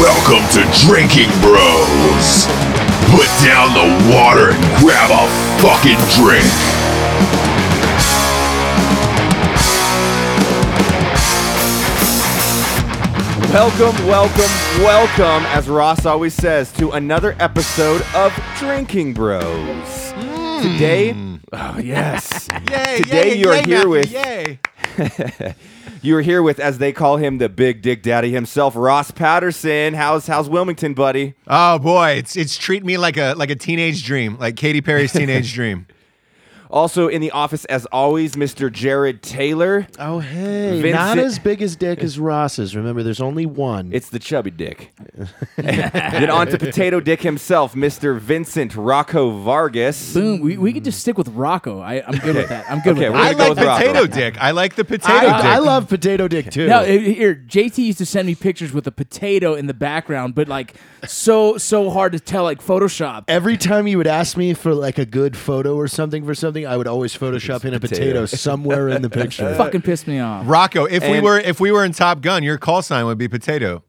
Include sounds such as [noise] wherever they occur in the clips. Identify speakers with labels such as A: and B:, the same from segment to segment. A: Welcome to Drinking Bros. Put down the water and grab a fucking drink.
B: Welcome, welcome, welcome, as Ross always says, to another episode of Drinking Bros.
C: Hmm.
B: Today, oh, yes,
D: Yay,
B: Today
D: yay,
B: you are
D: yay,
B: here
D: Matthew,
B: with-
D: Yay.
B: you are here with, as they call him, the big dick daddy himself, Ross Patterson. How's how's Wilmington, buddy?
D: Oh boy, it's it's treat me like a like a teenage dream, like Katy Perry's
B: [laughs]
D: teenage dream.
B: Also in the office, as always, Mr. Jared Taylor.
C: Oh hey,
B: Vincent-
C: not as big as dick as Ross's. Remember, there's only one.
B: It's the chubby
C: [laughs]
B: dick. [laughs] then on to Potato Dick himself, Mr. Vincent Rocco Vargas.
E: Boom. We, we could just stick with Rocco. I, I'm good with that. I'm good
B: Okay,
E: with
B: we're
D: I
E: that.
B: gonna go
D: like
B: with Rocco.
D: potato dick. I like the potato
C: I,
D: dick.
C: I love potato dick too.
E: No, eh, here JT used to send me pictures with a potato in the background, but like so so hard to tell, like Photoshop.
C: Every time you would ask me for like a good photo or something for something, I would always Photoshop in a potato, somewhere in the picture.
E: Fucking pissed me off.
D: Rocco, if we
B: And-
D: were if we were in Top Gun, your call sign would be potato.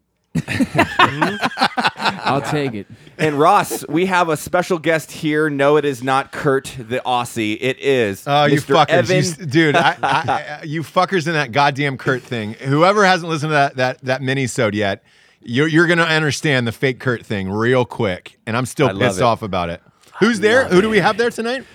E: I'll take it.
B: And Ross, we have a special guest here. No, it is not Kurt the Aussie. It is
D: Oh, you
B: Mr.
D: fuckers, You
B: Evan.
D: s-
B: [laughs]
D: dude! I, I, I, you fuckers in that goddamn Kurt thing. Whoever hasn't listened to that that that mini sode yet, you're you're gonna understand the fake Kurt thing real quick. And I'm
B: I
D: still
B: love
D: pissed
B: it.
D: off about it. Who's there? Who do we have there tonight?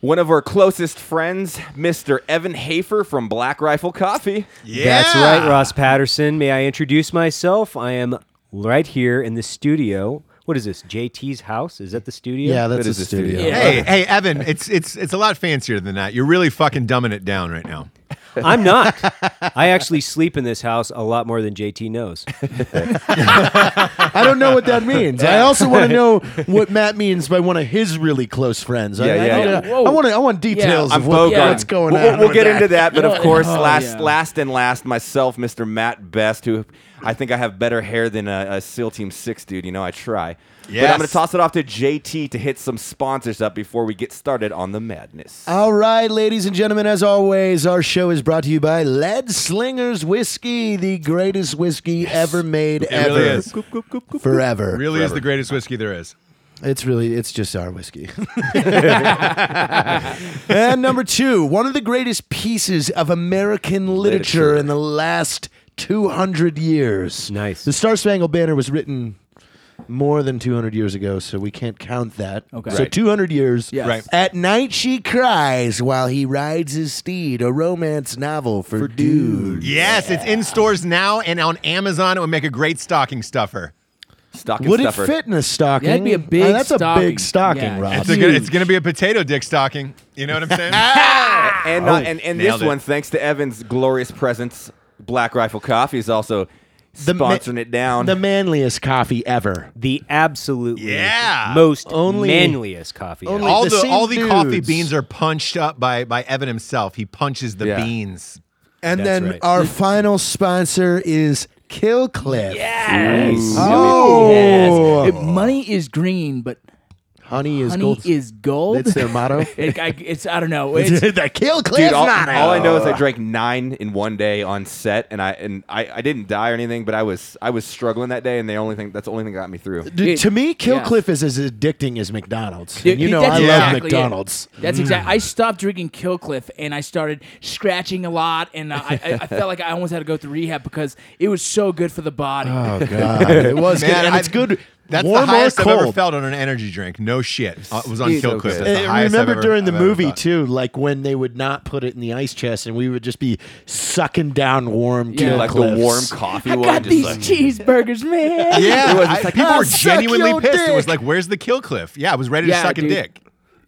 B: one of our closest friends, Mr. Evan Hafer from Black Rifle Coffee.
F: That's right, Ross Patterson. May I introduce myself? I am right here in the studio. What is this? JT's house? Is that the studio?
C: yeah, that's
B: That
C: a
B: is a
C: studio.
B: studio.
E: Yeah.
D: Hey, hey, Evan, it's it's it's a lot fancier than that. You're really fucking dumbing it down right now.
F: I'm not. I actually sleep in this house a lot more than JT knows.
C: I don't know what that means. I
B: [laughs]
C: also want to know what Matt means by one of his really close friends. I,
B: Yeah,
C: I,
B: yeah,
C: I-
B: yeah.
E: Whoa.
C: I want to. I want details
B: I'm
C: of what,
B: Bogart.
C: what's going
B: we'll,
C: on.
B: We'll, we'll
C: with
B: get into that, but of course,
E: [laughs] Oh,
B: last,
E: yeah.
B: last and last, myself, Mr. Matt Best, who I think I have better hair than a, a SEAL Team Six dude. You know, I try. But I'm
D: Yes.
B: going to toss it off to JT to hit some sponsors up before we get started on the madness.
C: All right, ladies and gentlemen, as always, our show is brought to you by Lead Slingers Whiskey, the greatest whiskey ever made
D: It
C: ever.
D: really is.
C: Forever.
D: Really is the greatest whiskey there is.
C: It's really, it's just our whiskey. [laughs] and number two, one of the greatest pieces of American literature, in the last 200 years.
F: Nice.
C: The Star Spangled Banner was written more than 200 years ago, so we can't count that.
E: Okay.
C: So
E: Right.
C: 200 years.
E: Yes.
D: Right.
C: At night she cries while he rides his steed, a romance novel for, dudes.
D: Yes, it's in stores now and on Amazon. It would make a great stocking stuffer.
B: Stocking
C: Would
B: stuffer.
C: it fit in a stocking?
E: That'd be a
C: Uh,
E: big
C: That's a big
E: stocking.
C: stocking,
E: Yeah.
C: Rob.
D: It's, a good, it's gonna be a potato dick stocking. You know what [laughs] I'm saying?
B: And uh, and, and this
D: Oh, nailed it.
B: one, thanks to Evan's glorious presence, Black Rifle Coffee is also
C: ma-
B: sponsoring it down.
C: The manliest coffee ever.
F: The absolutely
D: Yeah.
F: most
C: Only-
F: manliest coffee.
C: only-
F: ever.
D: all
C: the
D: the, all the
C: same
D: coffee
C: dudes.
D: beans are punched up by by Evan himself. He punches the
B: Yeah.
D: beans.
C: And
F: That's
C: then
F: right.
C: our final sponsor is Kill Cliff.
B: Nice.
C: Oh,
E: Yes. If money is green, but
C: honey is
E: honey
C: gold.
E: is gold.
C: That's their motto.
E: [laughs] It- I, it's I don't
C: [laughs]
E: know. It's,
C: the Kill Cliff
B: Dude, all,
C: motto.
B: all I know is I drank nine in one day on set, and I and I, I didn't die or anything, but I was I was struggling that day, and the only thing that's the only thing that got me through.
C: Dude,
E: It-
C: to me, Kill
E: yeah.
C: Cliff is as addicting as McDonald's. And you know,
E: that's
C: I love
E: exactly it.
C: McDonald's.
E: That's exactly. I stopped drinking Killcliff and I started scratching a lot, and uh, I, I, I felt like I almost had to go through rehab because it was so good for the body.
C: Oh God, it was
D: Man,
C: good, and
D: I-
C: it's good.
D: That's
C: warm
D: the highest
C: or
D: I've
C: cold.
D: ever felt on an energy drink. No shit. Uh, it was on
B: It's
D: Kill
B: okay.
D: Cliff. That's
C: And
D: the
C: I
D: highest I've
C: remember
D: ever-
C: during the
D: I've ever
C: movie
D: thought.
C: too, like when they would not put it in the ice chest, and we would just be sucking down warm
E: Yeah.
C: Kill
B: like
C: Cliffs.
B: the warm coffee
E: I
B: one,
E: got
B: just
E: these
B: like-
E: cheeseburgers, man.
D: Yeah,
B: It was
D: I-
B: just like,
D: people
C: "I'll
D: were
C: suck
D: genuinely
C: your
D: pissed. It was
C: dick."
D: like, "Where's the Kill Cliff?" Yeah, I was ready to
E: Yeah,
D: suck a
E: dude.
D: dick.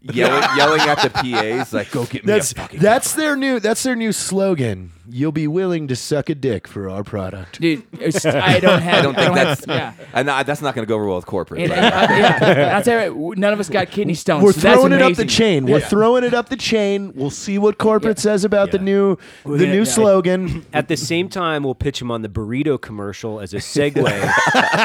B: yelling yelling at the PAs like go get me
C: That's
B: a fucking
C: that's their new that's their new slogan. You'll be willing to suck a dick for our product.
E: Dude, it's, I
C: [laughs]
E: don't have.
B: [laughs] I don't think
E: have-
B: that's
E: yeah. [laughs]
B: and I, that's not going to go over well with corporate.
E: And,
B: but-
E: uh, yeah, that's all right. W- None of us got kidney stones.
C: We're
E: Oh, so that's
C: throwing it up the
E: amazing.
C: chain. We're throwing it up the chain. We'll see what corporate says about the new the
E: Yeah,
C: new
E: yeah.
C: slogan.
F: At the same time, we'll pitch him on the burrito commercial as a segue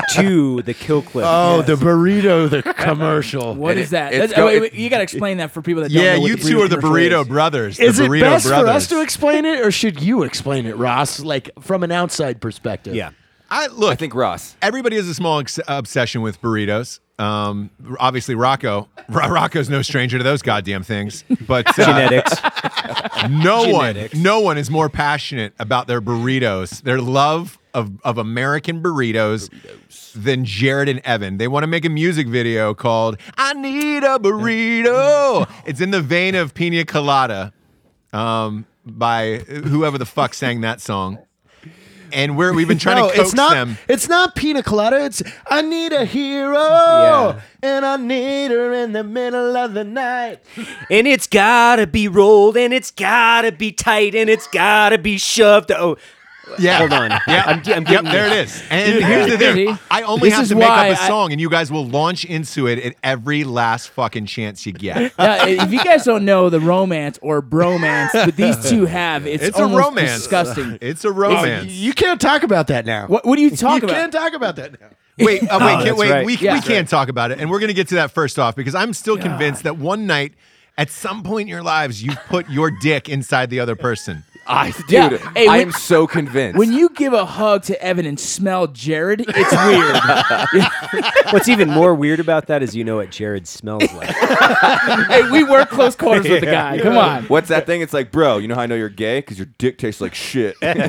F: [laughs] to the Kill Cliff.
C: Oh, the burrito, the commercial.
E: [laughs] What
B: And
E: is
B: it-
E: that?
B: it's
E: That's-
B: go-
E: oh, wait, wait, you got to explain that for people that don't
D: Yeah,
E: know. what
D: you
E: the
D: two are the
E: commercial
D: burrito
E: is.
D: brothers. the
C: Is it
D: burrito
C: best
D: brothers.
C: for us to explain it, or should you explain it, Ross? Like from an outside perspective.
F: Yeah.
D: I look.
B: I think Ross.
D: everybody has a small ex- obsession with burritos. Um, obviously, Rocco. Ro- Rocco's no stranger to those goddamn things. But uh,
F: Genetics.
D: no
F: Genetics.
D: one, no one is more passionate about their burritos, their love of, of American burritos, than Jared and Evan. They want to make a music video called "I Need a Burrito." it's in the vein of Pina Colada, um, by whoever the fuck sang that song. And we're, we've been trying
C: no,
D: to coax
C: it's not.
D: them.
C: It's not pina colada. It's I need a hero, and I need her in the middle of the night.
F: and it's gotta be rolled, and it's gotta be tight, and it's gotta be shoved. Oh,
D: Yeah.
F: Hold on.
D: Yeah.
F: I'm ge- I'm
D: yep,
F: getting
D: there it is. And here's the
E: See?
D: thing. I only
E: This
D: have
E: is
D: to make
E: why
D: up a
E: I-
D: song and you guys will launch into it at every last fucking chance you get.
E: Now, if you guys don't know the romance or bromance that these two have, it's,
D: It's a
E: almost
D: romance.
E: disgusting.
D: [laughs] It's a
C: You-
D: romance.
C: You can't talk about that now.
E: What, what do you
C: You
E: talk about?
C: can't talk about that now.
D: Wait, oh, wait, can,
F: that's
D: wait.
F: right.
D: We,
E: Yeah.
D: we can't talk about it. And we're going to get to that first off because I'm still convinced that one night, at some point in your lives, you've put your dick inside the other person.
B: I, dude,
E: Yeah. Hey,
B: I
E: when-
B: am so convinced.
E: When you give a hug to Evan and smell Jared, it's weird.
F: what's even more weird about that is you know what Jared smells like.
E: hey, we work close quarters with the guy. Come on.
B: What's that thing? It's like, bro, you know how I know you're gay? Because your dick tastes like shit.
D: Yeah. [laughs]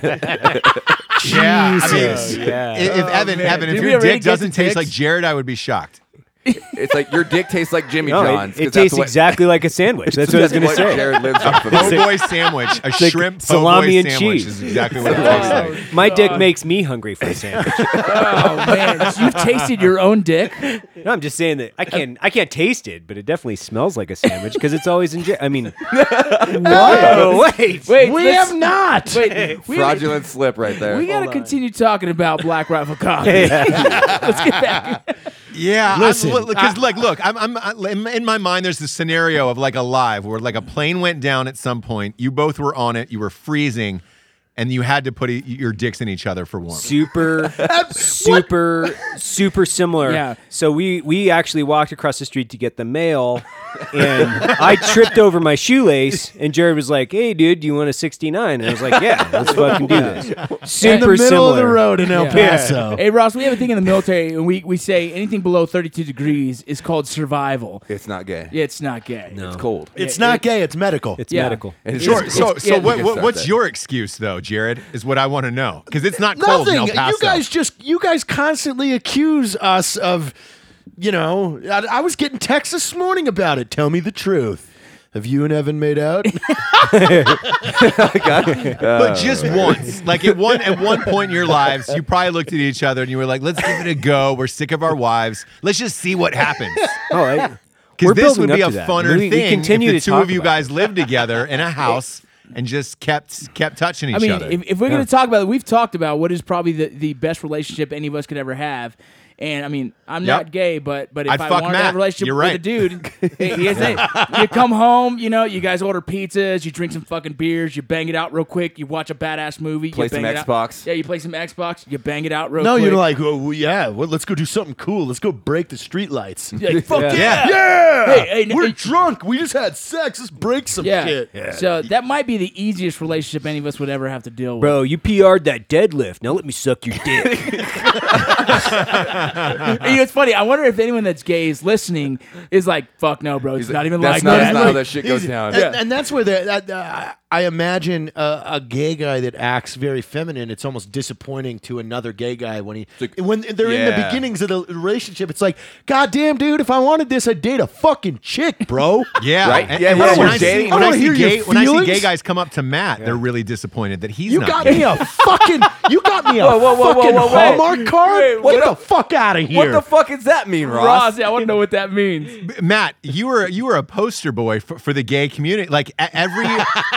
D: I mean,
C: Jesus.
F: Yeah.
D: if, if Evan, Evan,
E: Did
D: if
E: we
D: your
E: already
D: dick
E: get to
D: doesn't taste
E: dicks?
D: like Jared, I would be shocked.
B: it's like your dick tastes like Jimmy
F: No,
B: John's.
F: it,
B: 'cause
F: it
B: that's
F: tastes
B: what-
F: exactly like a sandwich. That's what I was
B: that's
F: gonna
B: what
F: say.
B: Jared lives off of.
D: Po' boy sandwich, a
F: like
D: shrimp po'
F: salami
D: boy
F: and
D: sandwich
F: cheese.
D: is exactly what it tastes like.
F: My dick makes me hungry for a sandwich.
E: Oh man, you've tasted your own dick.
F: No, I'm just saying that I can I can't taste it, but it definitely smells like a sandwich because it's always in. Ja- I [laughs] mean, what? Wait,
E: Wait,
C: We
E: let's-
C: have not.
E: Wait, we,
B: Fraudulent slip right there.
E: we gotta continue talking about Black Rifle Coffee. let's get back.
D: Yeah,
C: Listen.
D: because like, look, I'm, I'm, I'm in my mind. There's this scenario of like a live where like a plane went down at some point. You both were on it. You were freezing, and you had to put e- your dicks in each other for warmth.
E: [laughs]
F: super super super similar
E: Yeah.
F: so we we actually walked across the street to get the mail and i tripped over my shoelace and jared was like hey dude do you want a 69 and i was like yeah let's fucking
D: [laughs]
F: do this super
C: in the middle
F: similar
C: of the road in El
E: Yeah.
C: Paso.
E: [laughs] Hey Ross, we have a thing in the military, and we, we say anything below 32 degrees is called survival.
B: It's not gay.
E: It's not gay. No.
B: It's cold.
C: It's not gay. It's medical.
F: it's
E: Yeah.
F: medical
B: And it's
D: Sure.
B: just-
D: So,
B: it's-
D: so
B: yeah,
D: what,
B: we can
D: what,
B: stop
D: what's
B: that.
D: your excuse though, Jared? Is what I want to know because it's not cold in
C: Nothing.
D: El Paso.
C: You guys just you guys constantly accuse us of, you know, I, I was getting texts this morning about it. Tell me the truth. Have you and Evan made out?
B: Oh.
D: but just once, like at one at one point in your lives, you probably looked at each other and you were like, "Let's give it a go. We're sick of our wives. Let's just see what happens."
F: oh I,
D: Because
F: we're
D: this would
F: building
D: be a
F: up to that.
D: funner
F: we, we
D: thing
F: continue
D: if
F: to
D: the two
F: talk
D: of you
F: about it.
D: guys lived together in a
F: [laughs]
D: house and just kept kept touching each
E: I mean,
D: other.
E: if, if we're going to talk about it, we've talked about what is probably the, the best relationship any of us could ever have. And I mean, I'm
D: Yep.
E: not gay, but but if
D: I'd
E: I
D: fuck
E: wanted to have
D: Matt.
E: a relationship
D: You're
E: with a
D: right.
E: dude, it- he isn't. you come home, you know, you guys order pizzas, you drink some fucking beers, you bang it out real quick, you watch a badass movie,
B: Play
E: you bang
B: some
E: it out-
B: Xbox.
E: Yeah, you play some Xbox, you bang it out real
C: no,
E: quick.
C: you're like, oh, well, yeah. Well, let's go do something cool. Let's go break the streetlights.
E: You're like, fuck yeah.
D: yeah.
E: Hey, hey, n-
C: We're
E: hey,
C: drunk. We just had sex. Let's break some
E: yeah.
C: shit.
E: So that might be the easiest relationship any of us would ever have to deal with.
F: Bro, you PR'd that deadlift. Now let me suck your
D: [laughs]
F: dick.
E: You know, it's funny. I wonder if anyone that's gay is listening is like, fuck no, bro. It's not even
B: that's
E: like
B: not,
E: that.
B: That's not how
C: Like,
B: that shit goes down.
C: And, and that's where the, that, uh, I imagine uh, a gay guy that acts very feminine. It's almost disappointing to another gay guy when he
B: like-
C: when they're in the
D: Yeah.
C: beginnings of the relationship. It's like, goddamn, dude, if I wanted this, I'd date a fucking
B: [laughs]
C: chick, bro.
D: yeah,
B: Right?
D: And-
B: Yeah,
D: and
B: yeah,
D: when
B: we're
D: I
B: dating.
D: see,
C: I
D: when I
C: wanna
D: see
C: hear your
D: gay when I see gay
C: feelings.
D: guys come up to Matt, they're really disappointed that he's
C: You
D: not.
C: got
D: gay.
C: me a fucking. You got me a
B: Whoa, whoa, whoa,
C: fucking
B: whoa, whoa, whoa.
C: Hallmark card.
B: Wait,
C: Get
B: what
C: the
B: up?
C: fuck out of
B: What
C: here.
B: the fuck does that mean, Ross?
E: Ross, I want to know what that means.
D: Matt, you were you were a poster boy for, for the gay community. Like e- every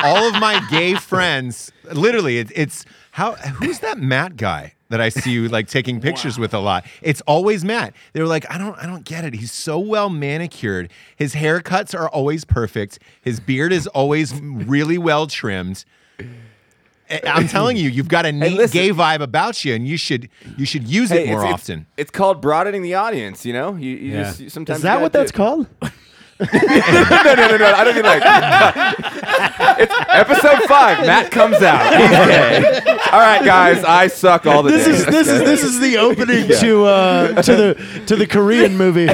D: all of my gay friends, literally, it, it's how who's that Matt guy that I see you like taking pictures with a lot? It's always Matt. They were like, I don't I don't get it. He's so well manicured. His haircuts are always perfect. His beard is always really well trimmed. I- I'm telling you, you've got a neat
B: listen.
D: gay vibe about you, and you should you should use
B: Hey,
D: it more
B: it's, it's- [laughs]
D: often.
B: It's, called broadening the audience. You know, you, you
F: Yeah.
B: just you, sometimes
C: Is
B: you
C: that
B: gotta
C: what
B: do
C: that's
B: it. [laughs]
C: called?
B: no, no, no, no. I don't [laughs]
D: [laughs]
B: mean like. it's episode five. Matt comes out. He's gay. All right, guys, I suck all the
C: This
B: days.
C: is this is this is the opening to uh, to the to the Korean movie.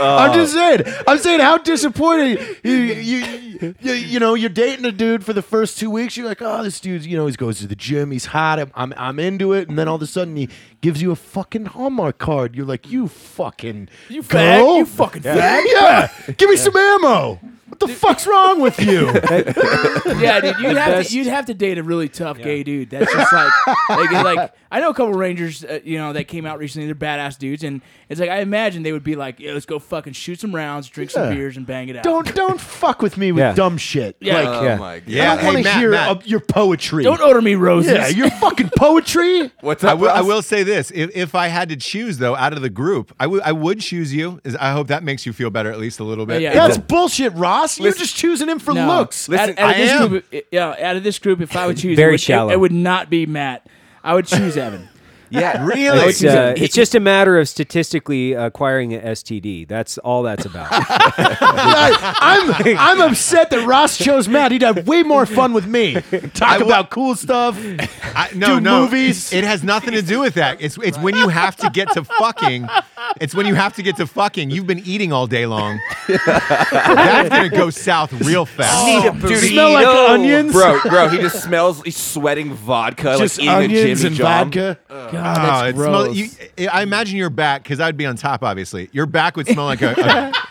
C: I'm just saying. I'm saying how disappointed you you, you you know you're dating a dude for the first two weeks. You're like, oh, this dude's you know he goes to the gym, he's hot, I'm, I'm I'm into it, and then all of a sudden he gives you a fucking Hallmark card. You're like, you fucking
E: You fag,
C: girl,
E: you fucking
C: yeah. yeah, give me some ammo. What the fuck's wrong with you?
E: fag. Yeah, dude, you'd have,
F: best-
E: to, you'd have to date a really tough gay dude. That's just like, like, it's like I know a couple Rangers, uh, you know, that came out recently. They're badass dudes, and it's like I imagine they would be like, yeah, let's go fucking shoot some rounds, drink
C: Yeah.
E: some beers, and bang it out.
C: don't don't fuck with me with
F: Yeah.
C: dumb shit.
E: Yeah.
C: Like,
B: oh
F: Yeah.
B: my god.
D: Yeah.
C: I don't want
D: Hey,
C: to
D: Matt,
C: hear
D: Matt.
C: uh, your poetry.
E: don't order me roses.
C: yeah, your fucking poetry.
B: [laughs] What's up?
D: I will, I
B: Ross?
D: will say this: if, if I had to choose, though, out of the group, I would I would choose you. Is I hope that makes you feel better at least a little bit.
E: Yeah.
C: That's bullshit, Ross. You're just choosing him for
E: No.
C: looks.
E: Out- out,
B: Listen,
E: of this
D: I am.
E: Group, it- yeah, out of this group, if I would choose,
F: Very
E: it would,
F: shallow.
E: It, it would not be Matt. I would choose Evan.
B: Yeah.
D: Really?
F: It's, uh, it's just a matter of statistically acquiring an STD. That's all that's about.
C: I, am I'm upset that Ross chose Matt. He'd have way more fun with me. Talk
D: will-
C: [laughs] about cool stuff.
D: I, no,
C: do
D: no.
C: movies.
D: It has nothing to do with that. It's it's when you have to get to fucking. It's when you have to get to fucking. You've been eating all day
C: [laughs]
D: long. That's gonna go south real fast.
C: smell like onions.
B: Bro, bro, he just smells. He's sweating vodka,
C: just
B: like eating
C: onions
B: a Jimmy
C: and
B: John.
C: vodka.
E: Uh,
D: Oh, it smell-
E: gross.
D: you- I imagine your back, because I'd be on top, obviously. Your back would smell like a,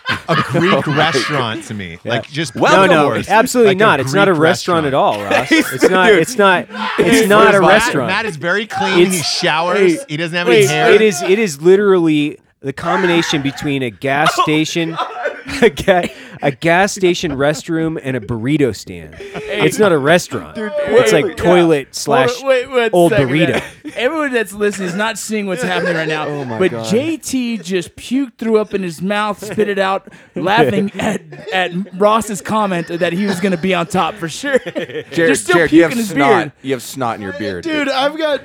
F: [laughs]
D: a, a
F: Oh
D: Greek restaurant to me, like just
F: no,
D: well,
F: no, absolutely not. It's not a restaurant, at all,
D: [laughs]
F: Ross. It's not. It's not. It's not a
D: Matt,
F: restaurant.
D: Matt is very
F: [laughs]
D: clean. he
F: It's-
D: showers. he doesn't have any
F: It's-
D: hair.
F: It is. It is literally the combination between a gas station, [laughs] a, ga- a gas station restroom, and a burrito stand. it's not a restaurant. it's like toilet slash
E: Wait, wait, wait a
F: old
E: second.
F: burrito.
E: [laughs] Everyone that's listening is not seeing what's happening right now. Oh my but JT just puked, threw up in his mouth, spit it out, laughing at, at Ross's comment that he was going to be on top for sure.
B: Jared,
E: You're still
B: Jared, you have
E: puking his
B: snot.
E: beard.
B: You have snot in your beard.
C: Dude, I've got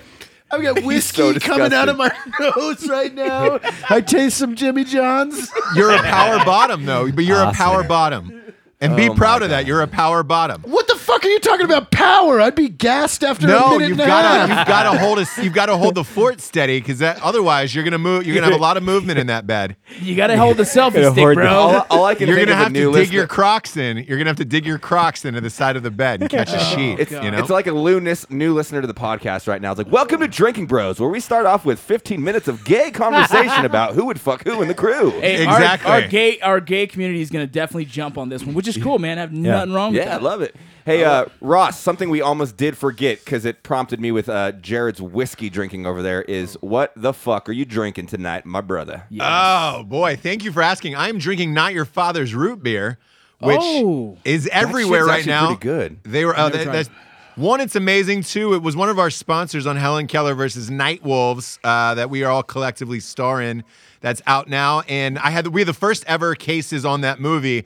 C: I've got whiskey
B: so
C: coming out
B: disgusting.
C: of my [laughs] nose right now. I taste some Jimmy John's.
D: You're a power bottom, though. But you're a power bottom. And
F: Oh
D: be proud of that. You're a power bottom.
C: What the fuck are you talking about? Power? I'd be gassed after a
D: No,
C: minute
D: you've
C: and a half.
D: got to you've got to hold a, you've got to hold the fort steady because that otherwise you're gonna move you're gonna have a lot of movement in that bed.
E: You got to hold the
F: [laughs]
E: selfie stick,
F: hard-
E: bro.
B: all, all I can
D: You're
B: think
D: gonna
B: of a
D: have
B: new
D: to
B: list
D: dig your
B: of-
D: Crocs in. You're gonna have to dig your Crocs into the side of the bed
B: [laughs]
D: and catch a sheet.
B: It's,
D: you know,
B: Oh, it's like a lunis, new listener to the podcast right now. It's like, welcome to Drinking Bros, where we start off with 15 minutes of gay conversation about who would fuck who in the crew.
E: Hey, our-
D: Exactly.
E: Our, gay our gay community is going to definitely jump on this one, which is cool, man. I have nothing wrong with
B: Yeah, I
E: that.
B: love it. Hey, uh, Ross, something we almost did forget because it prompted me with uh, Jared's whiskey drinking over there is what the fuck are you drinking tonight, my brother?
D: oh boy, thank you for asking. I am drinking not your father's root beer, which
E: Oh.
D: is everywhere
B: shit's
D: right
B: actually
D: now.
B: pretty good.
D: They were. Oh, that,
E: tried it.
D: that's, one, it's amazing. Two, it was one of our sponsors on Helen Keller versus Night Wolves uh, that we are all collectively star in. That's out now, and I had we had the first ever cases on that movie.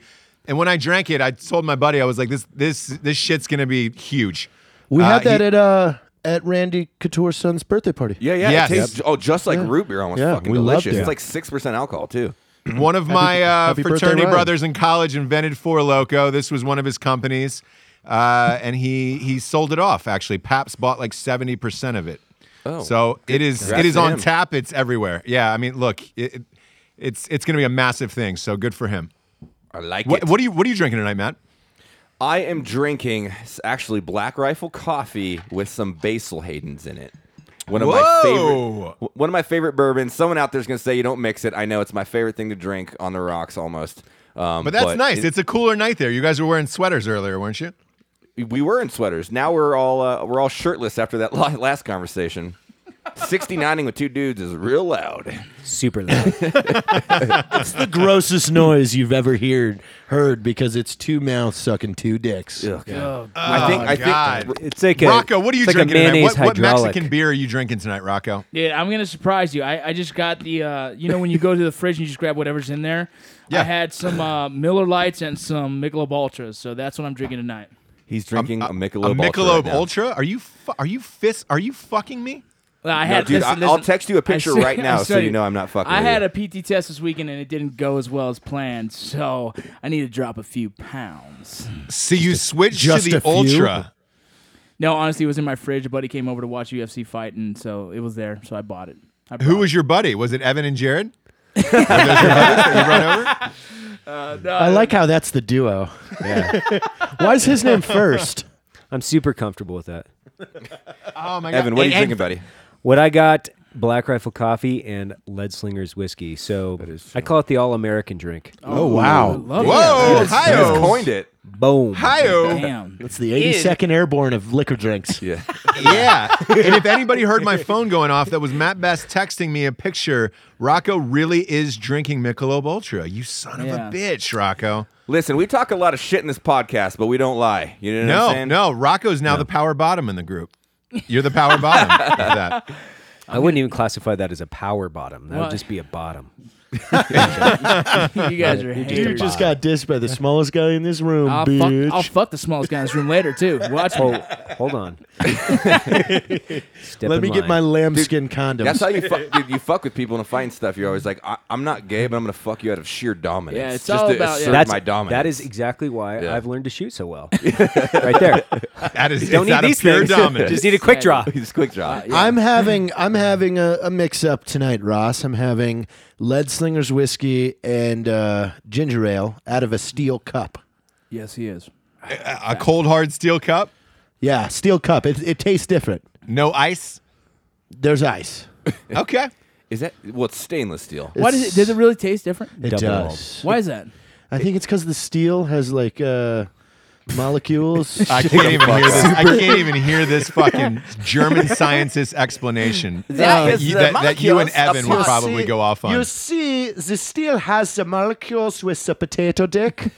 D: And when I drank it, I told my buddy I was like, "This, this, this shit's gonna be huge."
C: We
D: Uh,
C: had that
D: he-
C: at uh at Randy Couture's son's birthday party.
B: Yeah, yeah.
D: Yes.
B: It tastes, Oh, just like root beer, almost
C: Yeah,
B: fucking
C: we loved
B: delicious.
C: it.
B: It's like six percent alcohol too.
D: One of my uh,
C: happy birthday,
D: fraternity
C: Ryan.
D: brothers in college invented Four Loco. This was one of his companies, uh, and he he sold it off. Actually, Paps bought like seventy percent of it.
B: Oh,
D: so it is it
B: Congrats
D: is
B: to
D: on
B: him.
D: tap. It's everywhere. Yeah, I mean, look, it, it- it's it's going to be a massive thing. So good for him.
B: I like
D: What,
B: it.
D: what are you what are you drinking tonight, Matt?
B: I am drinking s- actually Black Rifle coffee with some Basil Hayden's in it. One of my
D: Whoa.
B: favorite, w- one of my favorite bourbons. Someone out there's gonna say you don't mix it. I know it's my favorite thing to drink on the rocks almost. Um,
D: But that's nice.
B: it-
D: it's a cooler night there. You guys were wearing sweaters earlier, weren't you?
B: we were in sweaters. Now we're all uh, we're all shirtless after that [laughs] la- last conversation. 69ing with two dudes is real loud.
F: super loud.
C: It's the grossest noise you've ever heard heard because it's two mouths sucking two dicks.
B: I think I think
D: Oh, God.
F: It's like a,
D: Rocco, what are you
F: it's
D: drinking
F: Like a
D: tonight?
F: mayonnaise
D: What, what
F: hydraulic.
D: Mexican beer are you drinking tonight, Rocco?
E: Yeah, I'm gonna surprise you. I, I just got the uh, you know when you go
B: [laughs]
E: to the fridge and you just grab whatever's in there.
D: Yeah.
E: I had some uh, Miller Lights and some Michelob Ultras, so that's what I'm drinking tonight.
B: he's drinking a Michelob,
D: uh, a Michelob
B: Ultra. right now.
D: Ultra? Are you fu- are you fist? Are you fucking me?
E: Well, I
B: No,
E: had
B: dude,
E: listen,
B: I, will
E: listen.
B: text you a picture
E: [laughs] I
B: right
E: said-
B: now
E: I
B: so
E: said
B: you know I'm not fucking.
E: I
B: with
E: had
B: you.
E: a PT test this weekend and it didn't go as well as planned, so I need to drop a few pounds.
D: So you switched
C: just
D: to the
C: a few?
D: ultra
E: No, honestly, it was in my fridge. A buddy came over to watch UFC fight, and so it was there. So I bought it. I
D: Who
E: bought
D: was your buddy? Was it Evan and Jared? Were those your buddies that you run over?
C: I like how that's the duo. Um, Yeah. Why is his name first?
F: I'm super comfortable with that.
D: Oh my god,
B: Evan, what are you
D: And- and
B: drinking, buddy?
F: What I got Black Rifle coffee and Lead Slingers whiskey. So I call it the all American drink.
C: [laughs] Oh, wow.
E: Love
D: Whoa,
E: it.
B: You just
D: hi-yo,
B: coined it.
F: Boom.
D: hi-yo.
E: Damn.
C: It's the 82nd Airborne of liquor drinks.
B: Yeah.
D: yeah. And if anybody heard my phone going off, that was Matt Best texting me a picture. Rocco really is drinking Michelob Ultra. You son of
E: Yeah.
D: a bitch, Rocco.
B: Listen, we talk a lot of shit in this podcast, but we don't lie. You know what I'm
D: No,
B: saying?
D: no, Rocco's now the power bottom in the group. You're the power bottom. of that.
F: I wouldn't even classify that as a power bottom. That
E: Well-
F: would just be a bottom.
E: You guys
C: [laughs]
E: are
C: You
E: haters.
C: just got dissed by the smallest guy in this room,
E: I'll fuck,
C: bitch.
E: I'll fuck the smallest guy in this room later too. Watch me.
F: Oh, hold on. Step
C: Let
F: in
C: me get my
F: line.
C: lambskin condoms.
B: That's how you fuck, dude, you fuck with people and find stuff. You're always like, I- I'm not gay, but I'm gonna fuck you out of sheer dominance.
E: Yeah, it's
B: just
E: all
B: to
E: about- yeah.
B: assert
F: That's
B: my dominance.
F: That is exactly why
B: Yeah.
F: I've learned to shoot so well. [laughs] right there.
D: That is
F: Don't
D: it's
F: need
D: out of
F: these
D: pure
B: [laughs]
F: things.
D: dominance.
F: just need a quick draw.
B: [laughs] He's quick draw.
E: Uh,
C: I'm
E: [laughs]
C: having I'm having a, a mix up tonight, Ross. I'm having Lead Slingers whiskey and uh, ginger ale out of a steel cup.
E: Yes, he is.
D: a cold hard steel cup,
C: Yeah, steel cup. It, it tastes different.
D: no ice.
C: There's ice.
D: Okay.
B: Is that well? It's stainless steel.
E: Why does it? Does it really taste different?
C: It
F: Double
C: does.
E: Why is that?
C: I think it's because the steel has like uh, molecules.
D: I can't even hear this. I can't even hear this fucking German scientist explanation
B: That
D: that,
B: is
D: you,
B: the
D: that, that you and
B: molecules of
D: Evan would
B: your
D: probably
C: see-
D: go off on.
C: [laughs] You see, the steel has the molecules with the potato dick.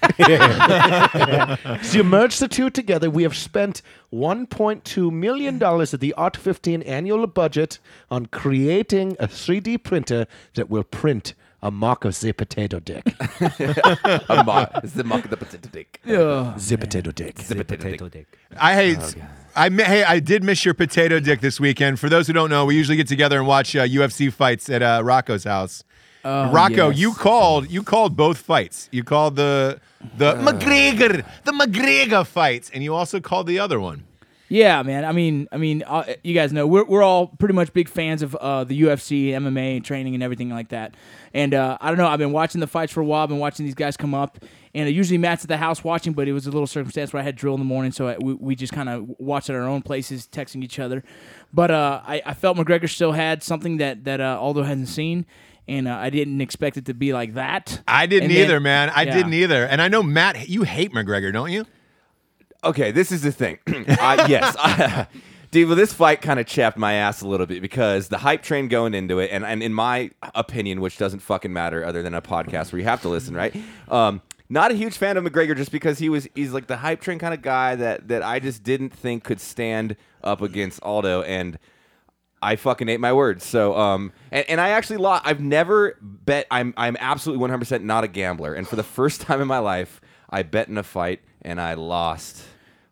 C: so you merge the two together. We have spent $1.2 million at the Art 15 annual budget on creating a 3D printer that will print a mock of the potato dick.
B: A mock. [laughs] It's the mock of the potato dick.
C: the potato dick.
B: The potato dick.
F: Potato dick.
D: I hate. I mi- hey, I did miss your potato dick this weekend. For those who don't know, we usually get together and watch uh, UFC fights at uh, Rocco's house. Rocco,
E: yes.
D: you called you called both fights. You called the the McGregor the McGregor fights, and you also called the other one.
E: Yeah, man. I mean, I mean, uh, you guys know we're, we're all pretty much big fans of uh, the UFC, MMA, and training, and everything like that. And uh, I don't know. I've been watching the fights for a while. I've been watching these guys come up, and uh, usually Matt's at the house watching, but it was a little circumstance where I had drill in the morning, so I, we, we just kind of watched at our own places, texting each other. But uh, I, I felt McGregor still had something that that uh, Aldo hasn't seen, and uh, I didn't expect it to be like that.
D: I didn't
E: And then-
D: either, man. I
E: Yeah.
D: didn't either. And I know Matt, you hate McGregor, don't you?
B: Okay, this is the thing. [clears throat] I, yes, I, [laughs] dude. Well, this fight kind of chapped my ass a little bit because the hype train going into it, and, and in my opinion, which doesn't fucking matter other than a podcast where you have to listen, right? Um, not a huge fan of McGregor just because he was he's like the hype train kind of guy that that I just didn't think could stand up against Aldo and. I fucking ate my words. So, um, and, and I actually lost. I've never bet. I'm I'm absolutely 100 percent not a gambler. And for the first time in my life, I bet in a fight and I lost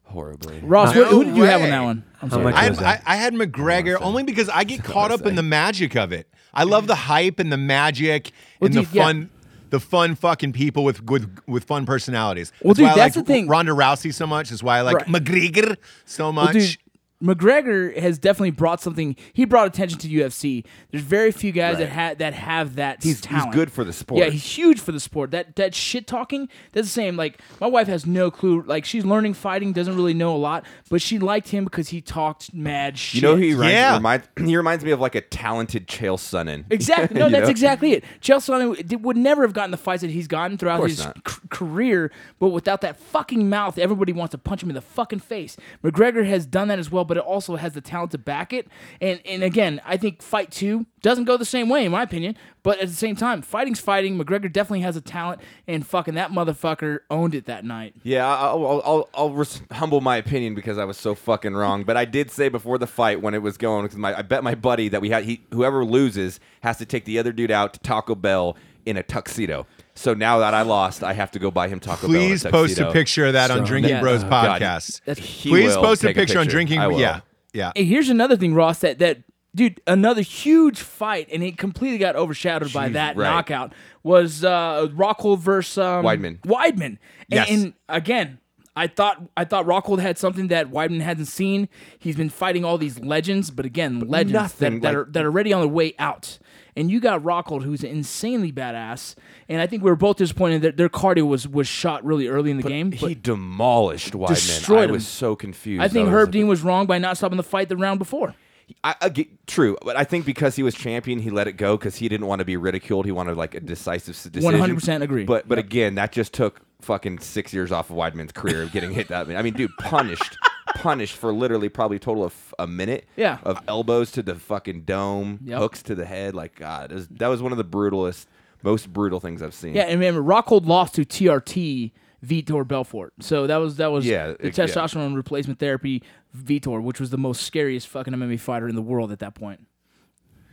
B: horribly.
E: Ross,
D: No
E: who, who did you have
D: way.
E: on that one? I'm
F: How much
D: I,
F: was
D: I,
F: that?
D: I had McGregor only because I
E: [laughs]
D: get caught up in the magic of it. I love the hype and the magic and
E: dude,
D: the
E: yeah.
D: fun, the fun fucking people with with, with fun personalities.
E: Well,
D: That's why
E: dude,
D: I
E: that's
D: like
E: the thing.
D: Ronda Rousey so much. That's why I like
E: Right.
D: McGregor so much.
E: Well, dude, McGregor has definitely brought something. He brought attention to UFC. There's very few guys that had that have that.
B: He's- he's
E: talent.
B: good for the sport.
E: Yeah, he's huge for the sport. That that shit talking. That's the same. Like my wife has no clue. Like she's learning fighting, doesn't really know a lot, but she liked him because he talked mad shit.
B: You know who he reminds,
D: Yeah.
B: reminds he reminds me of like a talented Chael Sonnen. [laughs]
E: Exactly. No,
B: You
E: that's
B: know?
E: exactly it. Chelsea Sonnen would- would never have gotten the fights that he's gotten throughout
B: course
E: his
B: not.
E: c- career, but without that fucking mouth, everybody wants to punch him in the fucking face. McGregor has done that as well, but it also has the talent to back it. And and again, I think fight two doesn't go the same way, in my opinion. But at the same time, fighting's fighting. McGregor definitely has a talent, and fucking that motherfucker owned it that night.
B: Yeah, I- I'll, I'll, I'll, I'll res- humble my opinion because I was so fucking wrong. But I did say before the fight when it was going, because my I bet my buddy that we had he whoever loses has to take the other dude out to Taco Bell in a tuxedo. So now that I lost, I have to go buy him Taco
D: Please
B: Bell. in a
D: post
B: tuxedo.
D: a picture of that on Drinking
E: Yeah.
D: Bros
E: Oh,
B: God.
D: podcast.
B: [laughs]
E: That's-
B: He
D: Please
B: will
D: post a
B: take a
D: picture, on
B: picture.
D: Drinking.
B: I will.
D: Yeah, yeah.
E: Hey, here's another thing, Ross. That that dude, another huge fight, and it completely got overshadowed by that
B: right.
E: knockout. Was uh, Rockhold versus um,
B: Weidman.
E: Weidman. And,
D: Yes.
E: and again, I thought I thought Rockhold had something that Weidman hasn't seen. He's been fighting all these legends, but again, legends
B: nothing
E: that, that
B: like-
E: are that are already on the way out. And you got Rockhold, who's insanely badass. And I think we were both disappointed that their cardio was was shot really early in the game. but-
B: he demolished Weidman. I
E: Destroyed him.
B: was so confused.
E: I think
B: was
E: Herb
B: like-
E: Dean was wrong by not stopping the fight the round before.
B: I, I get- true, but I think because he was champion, he let it go because he didn't want to be ridiculed. He wanted like a decisive s- decision.
E: 100% agree.
B: But but again, that just took fucking six years off of Weidman's career of getting hit that. many- I mean, dude,
E: [laughs]
B: punished, punished for literally probably a total of a minute.
E: Yeah.
B: Of elbows to the fucking dome,
E: Yep.
B: hooks to the head. Like God, it was, that was one of the brutalest, most brutal things I've seen.
E: Yeah, and remember, Rockhold lost to TRT Vitor Belfort. So that was that was
B: Yeah,
E: the
B: it- yeah.
E: testosterone replacement therapy Vitor, which was the most scariest fucking MMA fighter in the world at that point.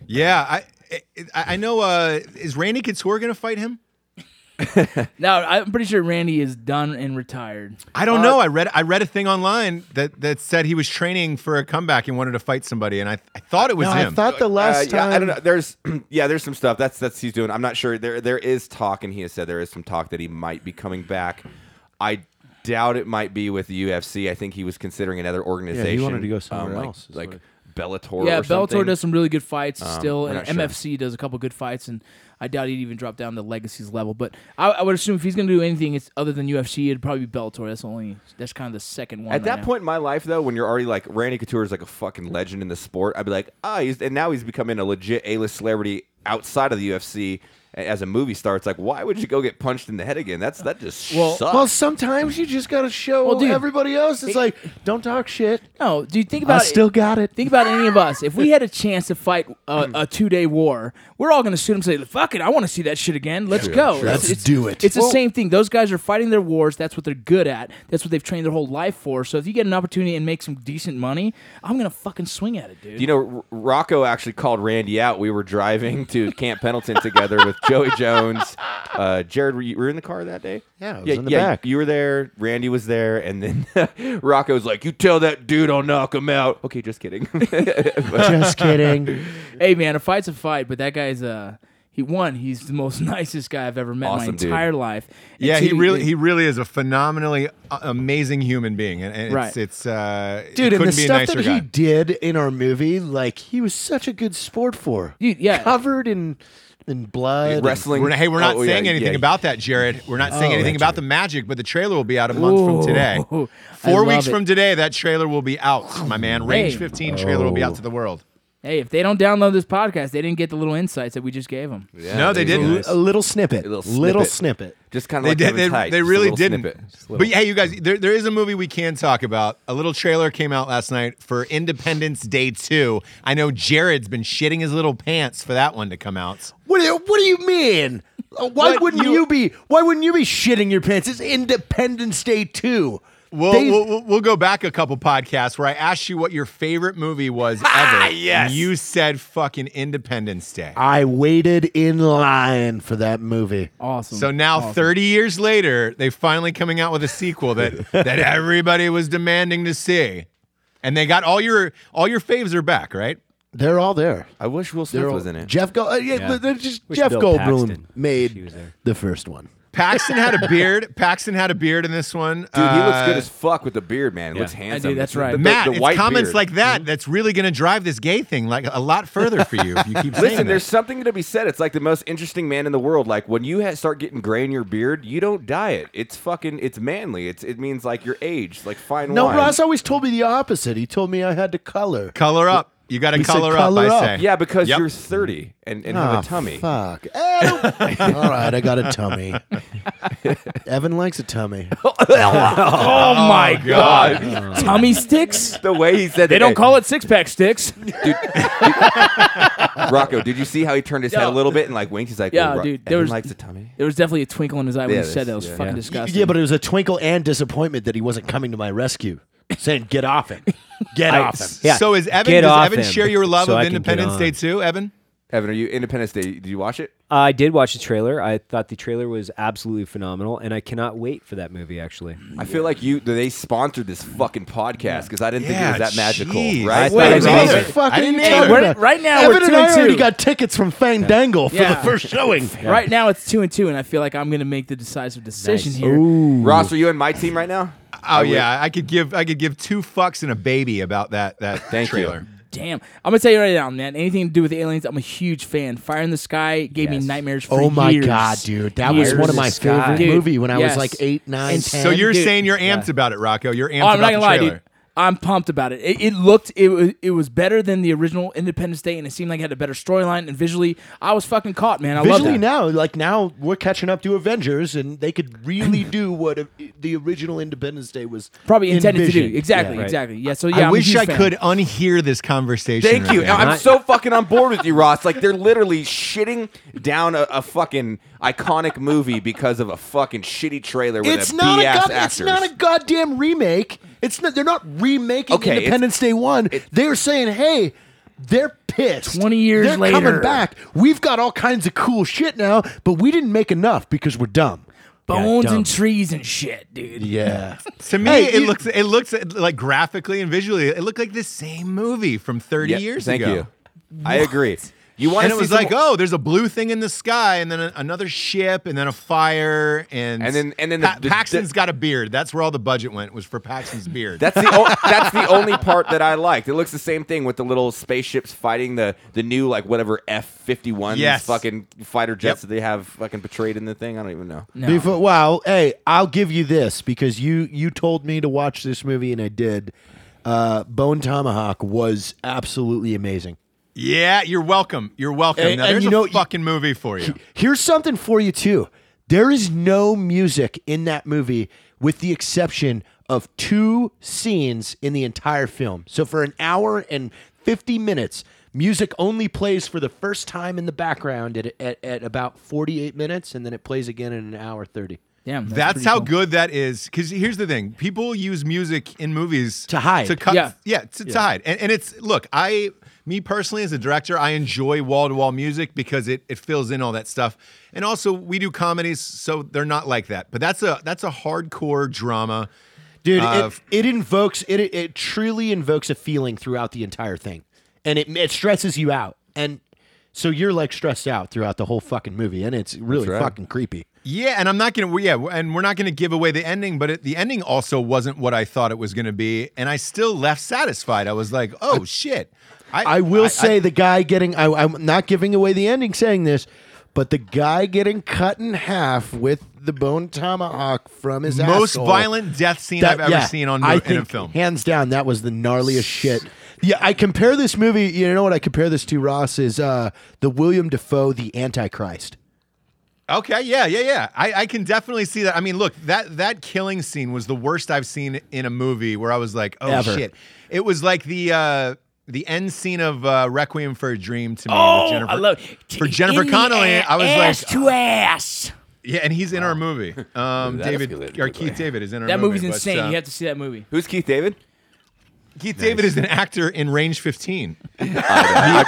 D: Yeah, I I, I know. Uh, is Randy Couture going to fight him?
E: Now I'm pretty sure Randy is done and retired.
D: I don't know. I read I read a thing online that, that said he was training for a comeback and wanted to fight somebody, and I, I thought it was
C: No, I
D: him.
C: thought the last
B: Uh, yeah,
C: time.
B: I don't know. There's [clears throat] yeah, there's some stuff that's that's he's doing. I'm not sure. There there is talk, and he has said there is some talk that he might be coming back. I doubt it might be with the UFC. I think he was considering another organization. um,
C: to go somewhere
B: like,
C: else, is
B: like
C: what-
B: Bellator.
E: yeah,
B: or
E: Bellator
B: something. Um,
E: does some really good fights still,
B: we're
E: and
B: not sure.
E: MFC does a couple good fights, and I doubt he'd even drop down to Legacy's level. But I, I would assume if he's gonna do anything it's other than UFC, it'd probably be Bellator. That's the only that's kind of the second one.
B: At
E: right
B: that
E: now.
B: point in my life, though, when you're already like Randy Couture is like a fucking legend in the sport, I'd be like, ah, he's, and now he's becoming a legit A-list celebrity outside of the UFC a- as a movie star. It's like, why would you go get punched in the head again? That's that just
E: Well-
B: sucks.
C: Well, sometimes you just gotta show
E: Well, dude,
C: everybody else. It's
E: it-
C: like, don't talk shit.
E: no, dude, think
C: I
E: about it.
C: still got it.
E: Think about any of us. If we had a chance to fight a, a two day war, we're all going to shoot him and say, fuck it, I want to see that shit again. Let's go.
C: Let's do it.
E: It's the same thing. Those guys are fighting their wars. That's what they're good at. That's what they've trained their whole life for. So if you get an opportunity and make some decent money, I'm going to fucking swing at it, dude.
B: Do you know R- Rocco actually called Randy out? We were driving to Camp Pendleton together with Joey Jones, uh, Jared. Were you, were you in the car that day?
C: Yeah, I was in the back.
B: You were there. Randy was there, and then [laughs] Rocco was like, "You tell that dude I'll knock him out." Okay, just kidding.
C: Just kidding.
E: hey, man, a fight's a fight, but that guy's, uh, he won. He's the most [laughs] nicest guy I've ever met
B: Awesome,
E: in my
B: dude.
E: entire life. And
D: yeah, he
E: two,
D: really he really is a phenomenally a- amazing human being, and, and it's
E: Right.
D: it's uh, he
C: Dude, and
D: couldn't
C: the
D: be a
C: stuff
D: nicer
C: that
D: guy.
C: he did in our movie, like he was such a good sport for.
E: Dude, yeah.
C: Covered in in blood.
B: [laughs]
C: and-
B: Wrestling.
D: We're- hey, we're not
B: Oh, yeah,
D: saying anything
B: yeah.
D: about that, Jared. We're not saying anything about the magic, but the trailer will be out a month
E: Ooh,
D: from today.
E: I
D: Four
E: love
D: weeks
E: it.
D: from today, that trailer will be out, my man. Range
E: Hey.
D: 15 trailer will be out to the world.
E: Hey, if they don't download this podcast, they didn't get the little insights that we just gave them.
B: Yeah,
D: no, they
B: there you go.
D: didn't.
C: A little snippet.
B: A little
C: snippet.
B: Just kind of
D: They
B: like
D: did.
B: Kevin
D: They,
B: Tight,
D: they
B: just a
D: really
B: little
D: didn't.
B: snippet.
D: But hey, you guys, there, there is a movie we can talk about. A little trailer came out last night for Independence Day 2. I know Jared's been shitting his little pants for that one to come out.
C: What do you, what do you mean? Uh, Why
D: What
C: wouldn't
D: you-
C: you, be why wouldn't you be shitting your pants? It's Independence Day 2.
D: We'll,
C: They-
D: we'll, we'll, we'll go back a couple podcasts where I asked you what your favorite movie was ever.
B: Ah, yes.
D: And you said fucking Independence Day.
C: I waited in line for that movie.
E: Awesome.
D: So now,
E: Awesome.
D: 30 years later, they finally coming out with a
B: [laughs]
D: sequel that that everybody was demanding to see, and they got all your all your faves are back, right?
C: They're all there.
B: I wish Will Smith
C: They're all,
B: was in it.
C: Jeff Gold. Uh, yeah, but they're just
F: Wish
C: Jeff
F: Bill
C: Goldblum
F: Paxton- she
C: made
F: was there.
C: the first one.
D: Paxton had
B: [laughs]
D: a beard. Paxton had a beard in this one. Uh,
B: Dude, he looks good as fuck with the beard, man. He Looks handsome.
E: Dude, that's right.
B: The, the-
D: Matt,
B: the
D: it's
B: white
D: comments
B: beard. Hmm?
D: like that that's really going to drive this gay thing like a lot further for you. If
B: [laughs]
D: you keep saying
B: Listen,
D: that.
B: there's something to be said. It's like the most interesting man in the world. Like when you ha- start getting gray in your beard, you don't dye it. It's fucking. It's manly. It's it means like your age, like fine
C: No,
B: wine.
C: Ross always told me the opposite. He told me I had to color.
D: color up. You got to
C: We said
D: color,
C: color
D: up.
C: up.
D: I say.
B: Yeah, because
D: Yep.
B: you're 30 and, and
C: Ah,
B: have a tummy.
C: Fuck. Eh,
E: [laughs]
C: I don't- All right, I got a tummy. Evan likes a
E: [laughs]
C: tummy.
E: Oh, my
D: God.
E: God. Tummy sticks?
B: The way he said
E: They don't call it six pack sticks.
B: [laughs] Rocco, did you see how he turned his head a
E: No.
B: little bit and like winked? He's like,
E: [laughs] Yeah,
B: well, Ro-
E: dude, there
B: Evan
E: was-
B: likes a tummy.
E: There was definitely a twinkle in his eye when
B: Yeah,
E: he said that. It was
B: there's-
E: fucking
B: yeah.
E: disgusting.
C: Yeah, but it was a twinkle and disappointment that he wasn't coming to my rescue, saying, "Get off him, get off him."
F: Yeah.
D: So is Evan?
F: Get
D: does
F: off
D: Evan
F: him
D: share your love
F: so I
D: of
F: can get
D: Independence
F: on.
D: Day too, Evan?
B: Evan, are you Independence Day? Did you watch it?
F: Uh, I did watch the trailer. I thought the trailer was absolutely phenomenal, and I cannot wait for that movie. Actually,
B: I feel like you they sponsored this fucking podcast because I didn't think it was that magical,
D: jeez.
B: right?
F: Wait,
B: That was
F: wait,
B: awesome.
F: wait.
C: Motherfucker,
D: I didn't
C: you
D: either.
C: talking
E: We're-
C: about-
E: right now, we're
C: Evan
E: two
C: and I
E: and
C: already
E: two.
C: got tickets from Fandangle for
E: Yeah.
C: the first showing.
E: Right now, it's two and two, and I feel like I'm going to make the decisive decision
F: Nice.
E: here.
B: Ross, are you in my team right now?
D: Oh yeah, I could give I could give two fucks and a baby about that that
B: [laughs] Thank you.
D: trailer.
E: Damn. I'm gonna tell you right now, man. Anything to do with aliens, I'm a huge fan. Fire in the Sky gave me
F: Yes.
E: nightmares for
C: Oh my
E: years.
C: god, dude! That was
E: Years.
C: one of my
F: Sky.
C: favorite
E: Dude,
C: movie when I was
E: yes.
C: like eight, nine,
E: And
C: ten.
D: So you're
E: dude.
D: saying you're amped about it, Rocco? You're amped
E: Oh, I'm
D: about
E: not gonna
D: the
E: lie,
D: trailer.
E: dude. I'm pumped about it. It, it looked it was it was better than the original Independence Day, and it seemed like it had a better storyline. And visually, I was fucking caught, man. I love
C: Visually
E: that.
C: now, like now, we're catching up to Avengers, and they could really
E: [clears throat]
C: do what uh, the original Independence Day was
E: Probably intended to
C: envisioned.
E: do exactly,
F: Yeah, right.
E: exactly. Yeah. So yeah, I'm
D: I
E: a
D: wish
E: huge
D: I
E: fan.
D: could unhear this conversation.
B: Thank
D: right
B: you.
D: now.
B: I'm so fucking on board with you, Ross. Like they're literally shitting down a, a fucking iconic movie because of a fucking shitty trailer with
C: It's
B: a
C: not a
B: BS
C: god, it's
B: actors.
C: not a goddamn remake. It's not. They're not remaking
B: Okay, it's-
C: Independence Day one. They're saying, hey. They're pissed.
E: 20 years
C: they're
E: later.
C: coming back. We've got all kinds of cool shit now, but we didn't make enough because we're dumb.
E: bones
C: dumb.
E: and trees and shit, dude.
B: [laughs]
C: Yeah.
D: To me,
C: Hey,
D: it
C: you-
D: looks it looks like graphically and visually, it looked like the same movie from 30
B: Yeah,
D: years
B: thank
D: ago.
B: you. I agree. You want
D: And
B: to
D: it was like, oh, there's a blue thing in the sky, and then a, another ship, and then a fire, and
B: And then- and then the- the-
D: Paxton's
B: the-
D: got a beard. That's where all the budget went was for Paxton's beard.
B: That's the o-
D: [laughs]
B: that's the only part that I liked. It looks the same thing with the little spaceships fighting the the new like whatever F fifty one
D: Yes.
B: fucking fighter jets
D: Yep.
B: that they have fucking portrayed in the thing. I don't even know.
E: No.
C: Before, well, hey, I'll give you this because you you told me to watch this movie and I did. Uh, Bone Tomahawk was absolutely amazing.
D: yeah, you're welcome. You're welcome.
C: And-
D: now
C: and
D: there's a
C: you know, you-
D: fucking movie for you.
C: Here's something for you too. There is no music in that movie with the exception of two scenes in the entire film. So for an hour and 50 minutes, music only plays for the first time in the background at, at, at about 48 minutes and then it plays again in an hour 30.
E: Damn. That's,
D: That's,
E: pretty
D: how
E: cool.
D: good that is. Because here's the thing: people use music in movies
C: To hide.
D: to cut,
E: Yeah.
D: yeah, to, to hide. And, and it's look, I, me personally as a director, I enjoy wall to wall music because it it fills in all that stuff. And also, we do comedies, so they're not like that. But that's a that's a hardcore drama.
C: Dude,
D: Uh,
C: it, it invokes it it truly invokes a feeling throughout the entire thing. And it it stresses you out. And so you're like stressed out throughout the whole fucking movie and it's really
B: right.
C: fucking creepy.
D: Yeah, and I'm not gonna. well, Yeah, and we're not gonna give away the ending, but it, the ending also wasn't what I thought it was gonna be, and I still left satisfied. I was like, oh shit.
C: I will say the guy getting I, I'm not giving away the ending saying this, but the guy getting cut in half with the bone tomahawk from his
D: most
C: asshole,
D: violent death scene
C: that-
D: I've ever
C: yeah,
D: seen on
C: I
D: mo- in a
C: think
D: film.
C: Hands down, that was the gnarliest shit. Yeah, I compare this movie. You know what I compare this to, Ross? Is uh, the William Defoe, the Antichrist.
D: Okay, yeah, yeah, yeah. I, I can definitely see that. I mean, look, that that killing scene was the worst I've seen in a movie where I was like, oh
C: Ever.
D: shit. It was like the uh the end scene of uh, Requiem for a Dream to me.
E: Oh,
D: with Jennifer,
E: I love
D: for Jennifer
E: In the
D: Connelly.
E: a-
D: I was
E: ass
D: like, "Ah."
E: to ass.
D: yeah, and he's in our
E: [laughs]
D: movie. Um,
B: That
D: David
B: escalated
D: or
B: quickly.
D: Keith David is in our
E: That
D: movie.
E: movie's
D: but,
E: insane.
D: uh,
E: you have to see that movie.
B: Who's Keith David?
D: Keith David is an actor in Range 15.
B: I,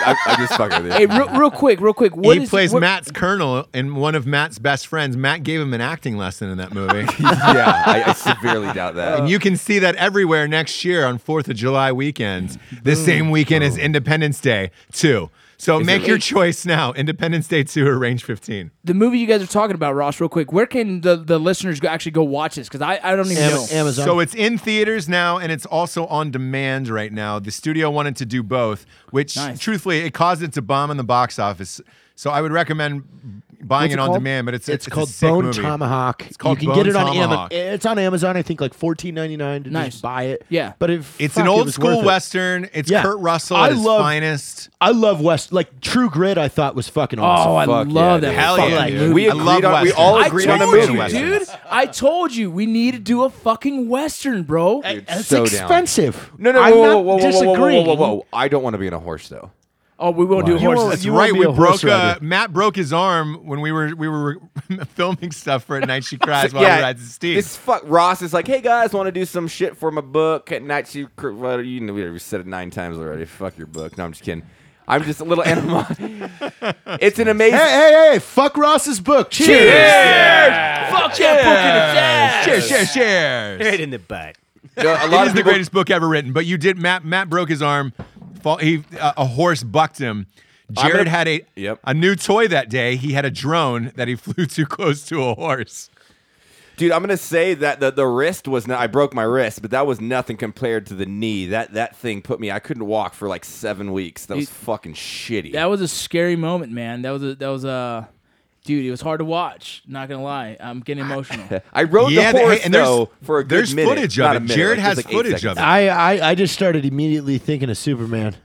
B: I, I just fucking.
D: [laughs]
B: with you.
E: Hey, real, real quick, real quick. What
D: he
E: is-
D: plays
E: what-
D: Matt's colonel and one of Matt's best friends. Matt gave him an acting lesson in that
E: [laughs]
D: movie. [laughs]
B: yeah, I, I severely doubt that.
D: And you can see that everywhere next year on 4th of July weekend. This same weekend is Independence Day 2. So make your choice now Independence Day 2 or Range 15.
E: The movie you guys are talking about, Ross. Real quick. Where can the, the listeners go, actually go watch this? Because I, I don't even
C: Am-
E: know.
C: Amazon.
D: So it's in theaters now and it's also on demand right now. The studio wanted to do both, which
E: Nice.
D: truthfully, it caused it to bomb in the box office. So I would recommend buying
C: What's
D: it,
C: it
D: on
C: called?
D: demand, but it's,
C: it's,
D: a
C: called
D: sick
C: Bone
D: movie.
C: Tomahawk.
D: It's called
C: you can
D: Bone
C: get it on
D: Tomahawk.
C: Amazon. It's on Amazon, I think, like fourteen ninety nine to
E: Nice.
C: just buy it.
E: Yeah.
C: but it,
D: It's
C: fuck,
D: an
C: it
D: old
C: was
D: school
C: worth it.
D: Western. It's
C: Yeah.
D: Kurt Russell
C: I
D: at his
C: love-
D: finest.
C: I love West, like True Grit. I thought was fucking awesome.
E: Oh, I
B: Fuck
E: love
B: yeah,
E: that.
B: dude.
D: Hell
E: fucking
D: yeah, dude.
E: movie.
B: We
D: I
B: agreed
D: love
B: on. We
D: Westerns.
B: all
E: I
B: agreed on a
E: told
D: Western
B: movie.
E: you, dude. I tode you we need to do a fucking western, bro.
C: It's
B: So down.
C: expensive.
B: No, no,
C: I'm
B: whoa,
C: not
B: whoa, whoa, whoa, whoa, whoa, whoa,
C: disagreeing.
B: whoa, whoa! I don't want to be in a horse though.
E: Oh, we won't do
C: You
E: horses.
C: won't-
D: That's
C: you
D: right.
C: be
D: We
C: a horse
D: broke uh,
C: rider.
D: Matt broke his arm when we were we were [laughs] filming stuff for at night. She cries while he rides his steed.
B: This fuck Ross is like, hey guys, want to do some shit for my book at night? You, cr- well, you know, we said it nine times already. Fuck your book. No, I'm just kidding. I'm just a little [laughs] animal. it's an amazing.
C: Hey, hey, hey! Fuck Ross's book. Cheers.
E: Fuck that book in
D: Cheers,
E: its ass.
D: cheers, cheers!
F: Right in the butt.
B: No, a
D: It
B: lot
D: is
B: of
D: the
B: people.
D: greatest book ever written. But you did Matt. Matt broke his arm. Fall, he uh, a horse bucked him.
B: I'm
D: Jared
B: gonna-
D: had a
B: Yep.
D: [laughs] a new toy that day. He had a drone that he flew too close to a horse.
B: Dude, I'm gonna say that the, the wrist was not. I broke my wrist, but that was nothing compared to the knee. That that thing put me. I couldn't walk for like seven weeks. That was fucking shitty.
E: That was a scary moment, man. That was a that was a dude. It was hard to watch. Not gonna lie,
B: [laughs]
E: I'm getting emotional.
B: I rode
D: Yeah,
B: the
D: th-
B: horse
D: hey, and there's-
B: though for a good
D: there's
B: minute.
D: footage of
B: Not a
D: it.
B: minute,
D: Jared
B: like,
D: has
B: just, like, eight
D: footage of
B: seconds.
D: it.
C: I, I I just started immediately thinking of Superman.
B: [laughs]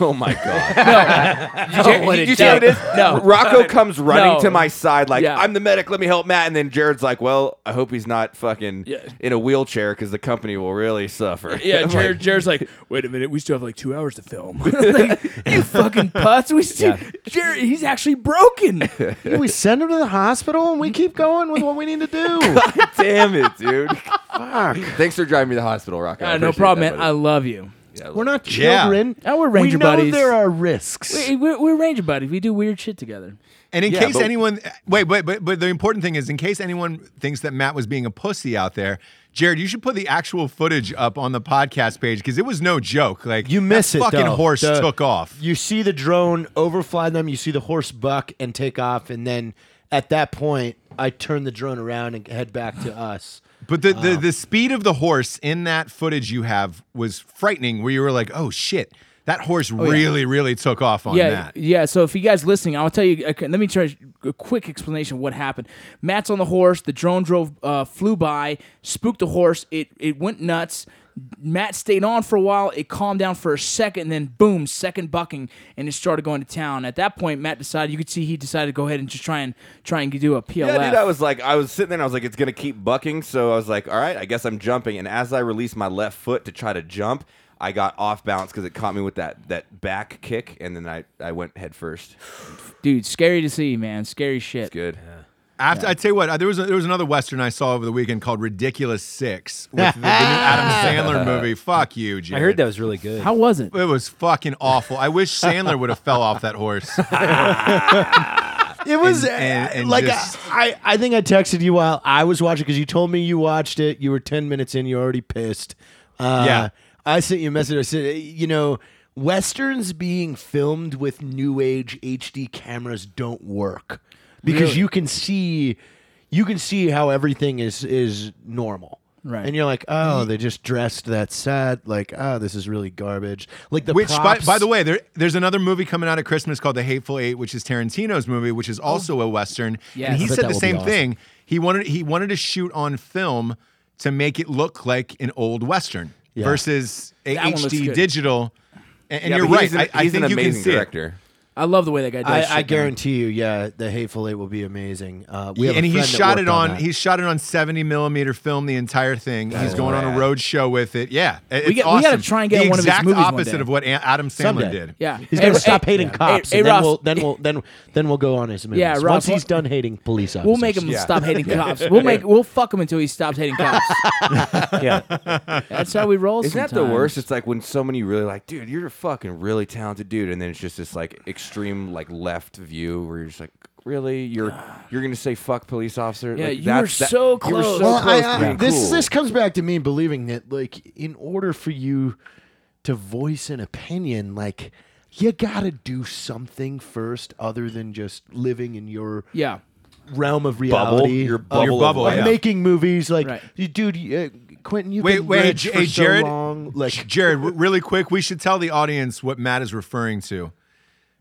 B: Oh my god!
D: Oh,
E: Don't let
B: you
E: it
B: you see how it
E: die.
B: is? [laughs]
E: No.
D: [laughs]
B: Rocco comes running
E: No.
B: to my side like,
E: Yeah.
B: "I'm the medic. Let me help Matt." And then Jared's like, "Well, I hope he's not fucking
E: Yeah.
B: in a wheelchair because the company will really suffer."
E: Yeah,
B: I'm
E: Jared, Jared's like, wait a minute, we still have like two hours to film. [laughs]
B: [laughs]
E: Like, you fucking putz. We still, Jared, he's
B: [laughs]
E: actually broken.
C: we send him to the hospital and we keep going with what we need to do. [laughs]
B: like, [laughs] Damn it,
D: [laughs]
B: dude! Thanks for driving me to the hospital, Rocco. I
E: Uh, no
B: appreciate
E: problem,
B: that,
E: man. I love you.
C: We're not
D: Yeah.
C: children.
E: Yeah, we're Ranger
C: we know
E: buddies.
C: there are risks.
E: Hey, We're, we're Ranger buddies. We do weird shit together.
D: And in
B: Yeah,
D: case
B: but-
D: anyone, wait, wait, but but the important thing is, in case anyone thinks that Matt was being a pussy out there, Jared, you should put the actual footage up on the podcast page because it was no joke. Like
C: You miss
D: that
C: it.
D: Fucking
C: though.
D: horse
C: The-
D: took off.
C: You see the drone overfly them. You see the horse buck and take off. And then at that point, I turn the drone around and head back to us.
D: But the, the the speed of the horse in that footage you have was frightening. Where you were like, oh shit, that horse really really took off on
E: yeah,
D: that.
E: Yeah, so if you guys listening, I'll tell you. okay, Let me try a quick explanation of what happened. Matt's on the horse. The drone drove, uh, flew by, spooked the horse. It it went nuts. Matt stayed on for a while. It calmed down for a second, and then boom, second bucking, and it started going to town. At that point, Matt decided. You could see he decided to go ahead and just try and try and do a PLF.
B: Yeah, dude, I was like, I was sitting there and I was like, it's going to keep bucking. So I was like, all right, I guess I'm jumping. And as I released my left foot to try to jump, I got off balance because it caught me with that, that back kick. And then I, I went head first.
E: Dude, scary to see, man. Scary shit.
B: Good.
D: After I tell you what, uh, there was a, there was another western I saw over the weekend called Ridiculous Six with the, the new Adam Sandler movie. Fuck you, Jared.
F: I heard that was really good.
E: How was it?
D: It was fucking awful. I wish Sandler would have fell off that horse.
C: It was
D: and-
C: uh,
D: and
C: like
D: just-
C: I, I think I texted you while I was watching because you told me you watched it. You were ten minutes in. You're already pissed. Uh,
D: Yeah.
C: I sent you a message. I said, you know, westerns being filmed with new age HD cameras don't work because
E: Really?
C: you can see you can see how everything is is normal.
E: Right.
C: And you're like, oh, they just dressed that set. Like, oh, this is really garbage. Like the
D: Which, by,
C: props-
D: by the way, there, there's another movie coming out at Christmas called The Hateful Eight, which is Tarantino's movie, which is also a western.
E: Yes.
D: and he
E: I bet
D: said
C: that
D: the
C: will be
D: same
C: awesome.
D: thing. He wanted he wanted to shoot on film to make it look like an old western versus a
E: That one looks
D: HD
E: good.
D: digital. And, and
B: Yeah,
D: you're
B: but
D: right.
B: He's an,
D: I, I
B: he's
D: think
B: an
D: you can
B: amazing
D: see it.
B: director.
E: I love the way that guy does shit,
C: I, I
E: man.
C: guarantee you, yeah, the Hateful Eight will be amazing. Uh, we have a
D: and he
C: friend that
D: shot it
C: worked
D: on.
C: that.
D: he shot it on 70 millimeter film the entire thing. He's going on a
B: rad.
D: road show with it. Yeah, it's
E: got- we
D: awesome.
E: gotta try and get
D: the
E: one of his
D: exact
E: movies one
D: opposite
E: day.
D: of what A- Adam Sandler
C: Someday.
D: did.
E: Yeah.
C: He's gonna
E: Hey,
C: stop
E: hey,
C: hating
E: yeah.
C: cops,
E: Hey,
C: and
E: hey,
C: then
E: Ross.
C: we'll then we'll then then we'll go on his movies.
E: Yeah, Ross,
C: once he's
E: what-
C: done hating police officers,
E: We'll make him stop hating cops. We'll make we'll fuck him until he stops hating [laughs] cops.
F: Yeah.
E: That's how we roll.
B: Isn't that the
E: sometimes.
B: worst? It's like when someone you really like, dude, you're a fucking really talented dude, and then it's just this like extreme like left view where you're just like, really,
E: [sighs]
B: you're you're gonna say fuck police officer?
E: Yeah,
B: Like,
E: you
B: that's
E: were
B: that-
E: so
B: you were
E: close.
B: so
C: Well, I,
B: close to
C: I-
B: being
C: this
B: cool.
C: this comes back to me believing that, like, in order for you to voice an opinion, like, you gotta do something first, other than just living in your
E: Yeah.
C: realm of reality.
B: your
C: of-
B: bubble
D: Your bubble,
C: of
D: yeah.
C: making movies. Like,
E: Right.
C: you, dude, you- uh, Quentin, you've
D: Wait,
C: been
D: wait,
C: rich
D: hey,
C: for
D: hey,
C: so
D: Jared,
C: long. Like,
D: Jared, w- really quick, we should tell the audience what Matt is referring to,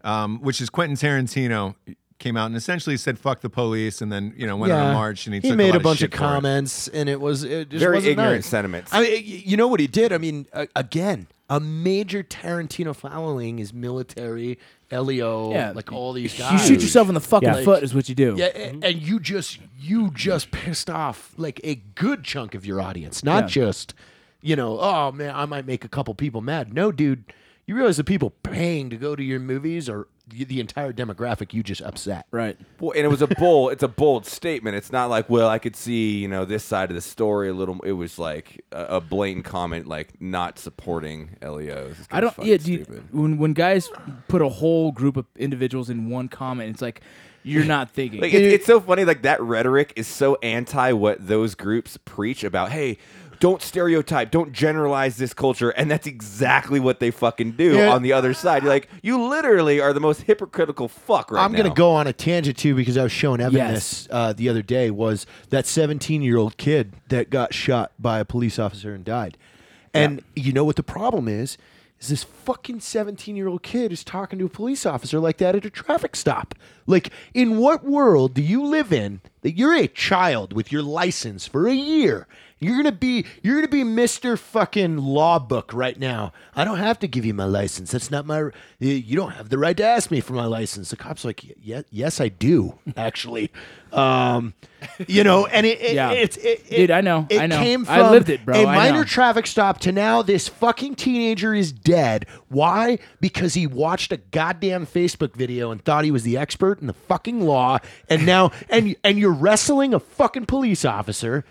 D: um, which is Quentin Tarantino came out and essentially said "fuck the police" and then you know went on a march and he, took
C: made
D: a, lot
C: bunch
D: shit
C: of
D: for it.
C: comments, and it was it just
B: Very
C: wasn't
B: ignorant
C: nice.
B: sentiments.
C: I mean, y- you know what he did? I mean, a- again, a major Tarantino following is military, Leo,
E: Yeah.
C: like all these
E: You
C: guys.
E: shoot yourself Mm-hmm. in the fucking
F: Yeah.
E: foot is what you do.
C: Yeah, a- and you just you just pissed off like a good chunk of your audience, not
E: Yeah.
C: just you know, oh man, I might make a couple people mad. No, dude, you realize the people paying to go to your movies are the the entire demographic you just upset.
E: Right.
B: Well, and it was a bold. it's a bold statement. It's not like, well, I could see you know this side of the story a little. It was like a, a blatant comment, like not supporting E Leo's. It's
E: I
B: kinda
E: don't.
B: fucking
E: Yeah, dude.
B: stupid.
E: When when guys put a whole group of individuals in one comment, it's like you're not thinking.
B: Like it, it's so funny. Like that rhetoric is so anti what those groups preach about. Hey, don't stereotype, don't generalize this culture, and that's exactly what they fucking do
C: Yeah.
B: on the other side. You're like, you literally are the most hypocritical fuck right
C: I'm
B: now.
C: going to go on a tangent too because I was showing Evan
E: Yes.
C: this uh, the other day was that 17 year old kid that got shot by a police officer and died. And you know what the problem is? Is this fucking 17 year old kid is talking to a police officer like that at a traffic stop? Like, in what world do you live in that you're a child with your license for a year? You're gonna be you're gonna be Mr. Fucking Law Book right now. I don't have to give you my license. That's not my. You don't have the right to ask me for my license. The cop's like, yes, yes, I do actually. Um, you know, and it, it,
E: Yeah.
C: it's it, it-
E: Dude, I know,
C: It
E: I know.
C: came from
E: I lived it, bro,
C: A
E: I
C: minor
E: know.
C: traffic stop to now this fucking teenager is dead. Why? Because he watched a goddamn Facebook video and thought he was the expert in the fucking law, and now and and you're wrestling a fucking police officer.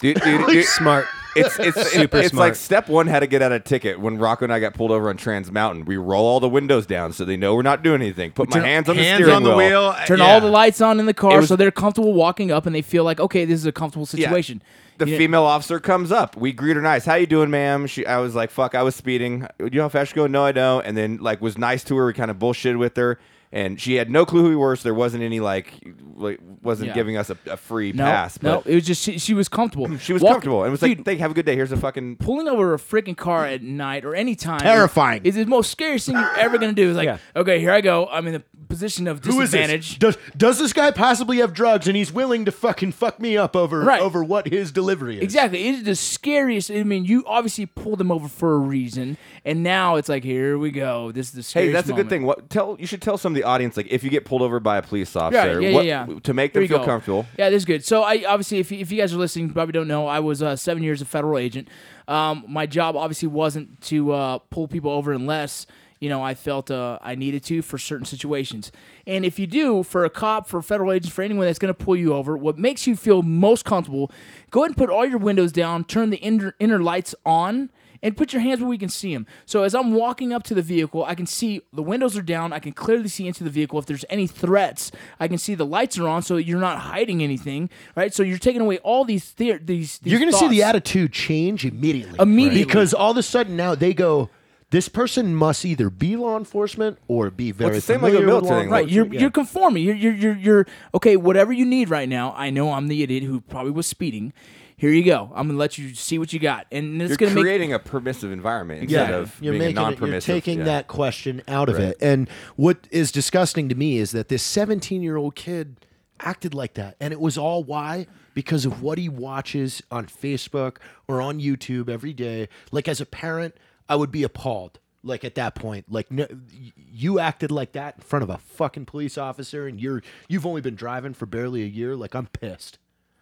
B: dude, dude, dude,
F: Smart.
B: It's it's
F: Super
B: it's
F: smart.
B: like step one how to get out a ticket. When Rocco and I got pulled over on Trans Mountain, we roll all the windows down so they know we're not doing anything. Put my hands on the
D: hands
B: steering
D: on the wheel. uh,
E: Turn
D: yeah.
E: all the lights on in the car
B: was-
E: so they're comfortable walking up and they feel like, okay, this is a comfortable
B: Yeah.
E: situation.
B: The
E: You know-
B: female officer comes up. We greet her nice. How you doing, ma'am? She, I was like, fuck, I was speeding. You know how fast you go? No, I don't. And then like was nice to her. We kind of bullshitted with her, and she had no clue who we were. So there wasn't any like, like wasn't
E: Yeah.
B: giving us a, a free
E: no,
B: pass.
E: no,
B: but
E: it was just she, she was comfortable.
B: she was
E: Walk-
B: comfortable and was
E: Dude,
B: like, "Thank, have a good day. Here's a fucking."
E: pulling over a freaking car at night or any time
C: Terrifying.
E: is, is the most scariest thing you're ever gonna do. Is like,
F: Yeah.
E: okay, here I go. I'm in the position of disadvantage.
C: Does does this guy possibly have drugs and he's willing to fucking fuck me up over
E: Right.
C: over what his delivery is?
E: Exactly. It is the scariest. I mean, you obviously pulled them over for a reason, and now it's like, here we go. This is the
B: Hey,
E: scariest.
B: that's a
E: moment.
B: good thing. What tell you should tell some of the audience like if you get pulled over by a police officer,
E: Yeah, yeah,
B: what,
E: yeah, yeah.
B: to make
E: Here
B: them
E: we
B: feel
E: go.
B: comfortable.
E: Yeah, this is good. So I obviously, if, you- if you guys are listening, you probably don't know, I was uh, seven years a federal agent. Um, my job obviously wasn't to uh, pull people over unless you know I felt uh, I needed to for certain situations. And if you do, for a cop, for a federal agent, for anyone that's going to pull you over, what makes you feel most comfortable, go ahead and put all your windows down, turn the inner, inner lights on and put your hands where we can see them. So as I'm walking up to the vehicle, I can see the windows are down. I can clearly see into the vehicle. If there's any threats, I can see the lights are on, so you're not hiding anything, right? So you're taking away all these the- these. these
C: You're going to see the
E: thoughts.
C: attitude change immediately.
E: Immediately.
C: Because all of a sudden now they go, this person must either be law enforcement or be very
B: it's the same like
C: familiar
B: a
C: with law
B: military thing, like-
E: Right, you're
C: enforcement.
E: you're conforming. You're, you're you're you're okay. Whatever you need right now, I know I'm the idiot who probably was speeding. Here you go. I'm gonna let you see what you got, and it's
B: You're
E: gonna make
B: creating a permissive environment instead of
C: you're
B: being a
C: making it- you're
B: non-permissive.
C: taking
B: yeah.
C: that question out of
B: Right.
C: it. And what is disgusting to me is that this 17 year old kid acted like that, and it was all why because of what he watches on Facebook or on YouTube every day. Like as a parent, I would be appalled. Like at that point, like no, y- you acted like that in front of a fucking police officer, and you're you've only been driving for barely a year. Like I'm pissed.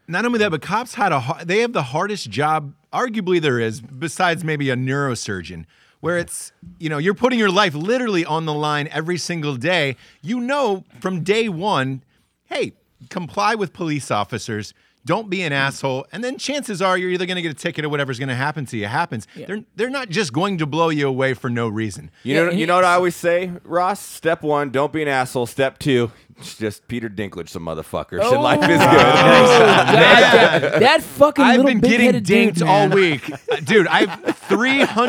D: Not only that, but cops had a har- they have the hardest job arguably there is besides maybe a neurosurgeon where it's you know you're putting your life literally on the line every single day. You know from day 1, hey, comply with police officers. Don't be an asshole, and then chances are you're either going to get a ticket or whatever's going to happen to you happens. They're they're not just going to blow you away for no reason.
B: You know,
E: Yeah, and
B: you know what
E: it's-
B: I always say, Ross. Step one, don't be an asshole. Step two, [laughs] it's just Peter Dinklage, some motherfucker. Shit, life is good.
E: [laughs]
D: Oh. [laughs]
E: God, that, that fucking
D: I've
E: little
D: been getting
E: big-headed
D: dinked
E: dude,
D: all
E: man.
D: week.
E: [laughs]
D: Uh, Dude, I have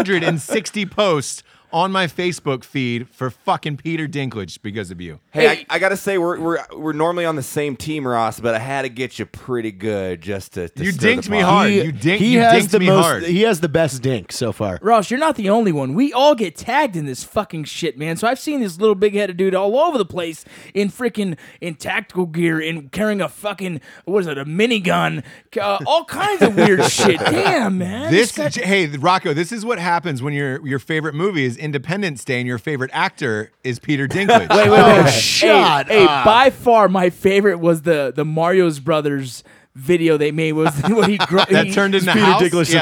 D: 360 posts on my Facebook feed for fucking Peter Dinklage because of you.
B: Hey,
E: Hey.
B: I, I gotta say, we're, we're we're normally on the same team, Ross, but I had to get you pretty good just to. to
D: You
B: stir the
D: dinked me
B: pot.
D: hard. you dink, you dinked
C: the
D: me
C: most.
D: hard.
C: He has the best dink so far.
E: Ross, you're not the only one. We all get tagged in this fucking shit, man. So I've seen this little big headed dude all over the place in freaking in tactical gear and carrying a fucking what is it, a minigun, uh, all kinds of [laughs] weird shit. Damn, man.
D: This,
E: guy-
D: j- hey Rocco, this is what happens when your your favorite movie is Independence Day and your favorite actor is
E: [laughs]
D: Peter Dinklage.
E: Wait, wait, wait.
C: Oh, shut
E: hey,
C: up.
E: Hey, by far my favorite was the the Mario's Brothers video they made was [laughs] when he gr-
D: that
E: he-
D: turned into
C: Peter
D: house.
C: Dinklage
D: yeah,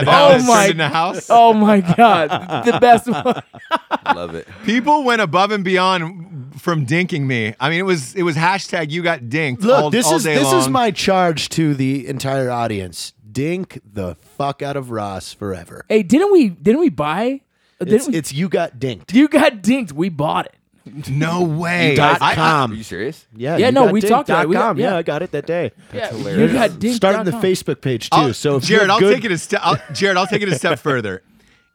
C: in
D: that
E: House.
D: was
E: Oh my-
D: turned into house.
E: Oh my god, the [laughs] best one.
B: Love it.
D: People went above and beyond from dinking me. I mean, it was it was hashtag you got dinked.
C: Look,
D: all,
C: this
D: all
C: is
D: day
C: this is
D: long.
C: my charge to the entire audience. Dink the fuck out of Ross forever.
E: Hey, didn't we didn't we buy? Didn't
C: It's,
E: we,
C: it's you got dinked.
E: you got dinked. We bought it.
D: No way.
C: Dot
D: I- I-
C: com.
B: Are you
D: [laughs]
B: serious?
C: yeah,
E: Yeah,
C: you
E: no,
C: got
E: we
C: dick
E: talked about
C: dot
E: it. We got-
C: com. yeah.
E: yeah.
C: I got it that day.
E: That's hilarious. You got dink
C: Starting the
E: dot com.
C: Facebook page too.
D: I'll-
C: so if
D: Jared,
C: you're
D: I'll
C: good-
D: take it a step. I'll- Jared, I'll take it a
C: [laughs]
D: step further.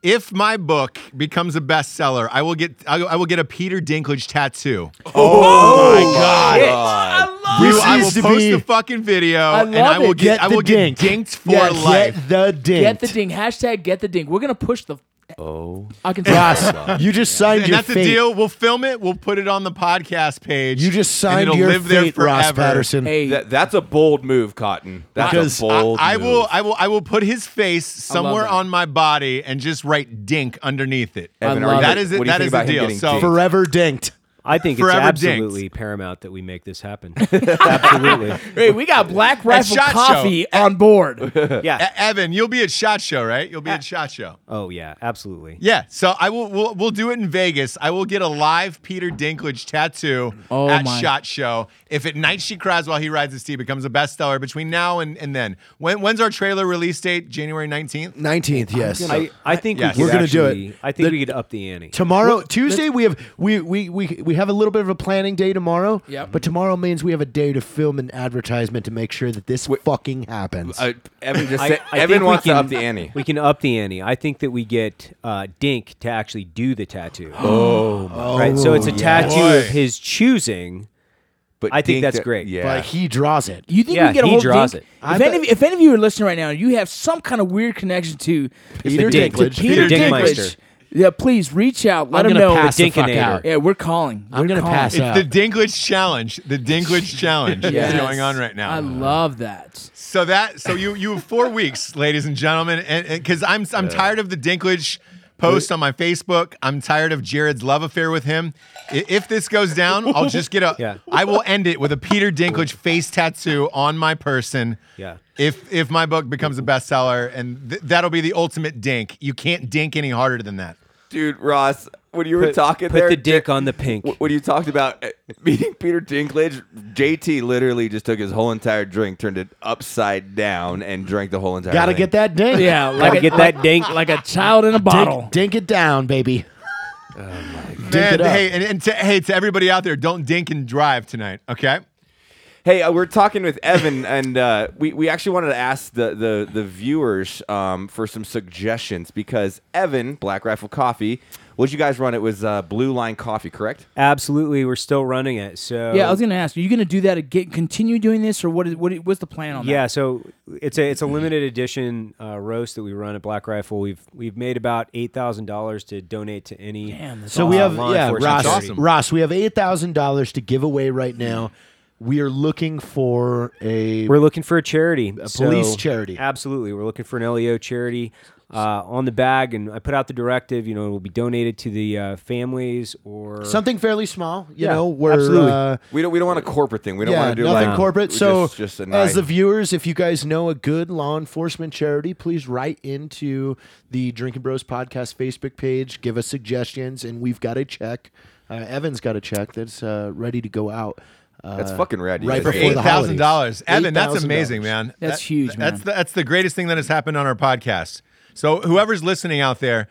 D: If my book becomes a bestseller, I will get I will I will get a Peter Dinklage tattoo.
C: Oh, This
D: You- I will
C: needs to
D: post
C: be-
D: the fucking video,
E: love
D: and I will
E: it.
D: get, I will
C: dink.
D: get dinked for
C: Yeah,
D: life.
C: Get the dink.
E: Get the ding. Hashtag get the ding. We're gonna push the. Oh. I can. [laughs]
C: Ross, you just signed
D: and
C: your
D: that's the
C: fate.
D: deal. We'll film it. We'll put it on the podcast page.
C: You just
D: and
C: signed
D: it'll
C: your
D: live
C: fate,
D: there
C: Ross
D: forever.
C: Patterson.
E: Hey,
B: That, that's a bold move, Cotton. That's
C: Because
B: a bold.
D: I, I
B: move.
D: will. I will. I will put his face somewhere
E: that.
D: on my body and just write "dink" underneath it.
B: Evan, are
E: I love
B: you-
E: it.
D: That is
B: what do
D: it.
B: you
D: That
B: think
D: is
B: about
D: the
B: him
D: deal.
B: getting
D: So
B: dinked?
C: Forever dinked.
F: I think it's
D: Forever dinked.
F: absolutely paramount that we make this happen. [laughs] absolutely.
E: hey, we got Black Rifle
D: SHOT Show.
E: Coffee on board.
F: Yeah.
D: E- Evan, you'll be at Shot Show, right?
B: Uh,
D: You'll be at Shot Show.
F: Oh yeah, absolutely.
D: Yeah. So I will. We'll, we'll do it in Vegas. I will get a live Peter Dinklage tattoo
E: Oh
D: at
E: my.
D: Shot Show. If at night she cries while he rides his tea, becomes a bestseller between now and, and then. When, when's our trailer release date? January nineteenth.
C: Nineteenth, yes.
F: I, I think
D: Yes.
F: we
D: We're
F: could
C: gonna do it.
F: actually- I think
C: The-
F: we could up the ante.
C: Tomorrow, Tuesday, we have we, we we we have a little bit of a planning day tomorrow.
E: Yep.
C: But tomorrow means we have a day to film an advertisement to make sure that this fucking happens.
B: Uh, Evan just
F: I-
B: said,
F: I think
B: Evan
F: we
B: wants
F: can-
B: to up the ante.
F: We can up the ante. I think that we get uh, Dink to actually do the
B: [gasps]
F: tattoo. Oh, [gasps] right. So it's a tattoo of
D: Boy.
F: his choosing.
B: But
F: I think
B: Dink
F: that's
B: that-
F: great.
B: Yeah.
C: but he draws it.
E: You think
F: Yeah,
E: we get a
F: he
E: whole
F: draws
E: dink?
F: it.
C: I
E: If
C: bet-
E: any, of, if any of you are listening right now, and you have some kind of weird connection to
C: Peter
E: to
C: Dinklage.
E: Peter
F: Peter
E: Dinklage.
F: Dinkmeister.
E: Yeah, please reach out. Let
C: I'm
E: him
C: gonna
E: know.
C: pass the fuck
F: Dinkinator.
C: out.
E: Yeah, we're calling.
C: I'm
E: We're
C: gonna
E: calling.
C: pass
D: It's
C: out.
D: the Dinklage challenge. The
E: [laughs]
D: Dinklage challenge
E: Yes.
D: is going on right now.
E: I love that.
D: So that so you you have four weeks, ladies and gentlemen, and because I'm I'm tired of the Dinklage post on my Facebook. I'm tired of Jared's love affair with him. I- If this goes down, I'll just get a.
F: Yeah.
D: I will end it with a Peter Dinklage face tattoo on my person.
F: Yeah.
D: If if my book becomes a bestseller, and th- that'll be the ultimate dink. You can't dink any harder than that.
B: Dude, Ross, when you were talking
F: Put
B: there,
F: the Dink on the pink.
B: wh- when you talked about uh, [laughs] meeting Peter Dinklage, JT literally just took his whole entire drink, turned it upside down, and drank the whole entire.
C: Gotta
B: thing.
C: get that dink.
E: Yeah, like
F: Gotta
E: a,
F: get that Dink.
E: like a child in a bottle.
C: Dink, dink it down, baby.
D: Man,
C: it up.
D: hey, and, and to, hey to everybody out there, don't dink and drive tonight. Okay.
B: Hey, uh, we're talking with Evan, [laughs] and uh, we we actually wanted to ask the the the viewers um, for some suggestions because Evan Black Rifle Coffee, what you guys run? It was uh, Blue Line Coffee, correct?
F: Absolutely, we're still running it. So
E: Yeah, I was gonna ask. Are you gonna do that again? Continue doing this, or what? Is, what? is- What's the plan on that?
F: Yeah, so it's a it's a limited edition uh, roast that we run at Black Rifle. We've we've made about eight thousand dollars to donate to any.
E: Damn, that's
C: So
F: uh,
C: we have
F: law
C: yeah,
F: enforcement
C: Ross.
F: charity.
D: awesome.
C: Ross, we have eight thousand dollars to give away right now. We are looking for a
F: We're looking for a charity, a
C: police charity.
F: Absolutely, we're looking for an LEO charity uh, on the bag, and I put out the directive. You know, it will be donated to the uh, families or
C: something fairly small. You
F: Yeah,
C: know, we're
F: absolutely.
C: uh,
B: We don't we don't want a corporate thing. We don't
C: yeah,
B: want to do
C: nothing
B: like
C: corporate.
B: just-
C: So,
B: just, a
C: as
B: nice,
C: the viewers, if you guys know a good law enforcement charity, please write into the Drinking Bros podcast Facebook page. Give us suggestions, and we've got a check. Uh, Evan's got a check that's uh, ready to go out. Uh,
B: that's fucking rad. you
C: right
B: guys.
C: before
D: Eight
C: the
D: thousand
C: holidays.
D: dollars, Evan. That's
C: $8,000.
D: amazing, man.
E: That's huge,
D: That's
E: man.
D: the, that's the greatest thing that has happened on our podcast. So whoever's listening out there,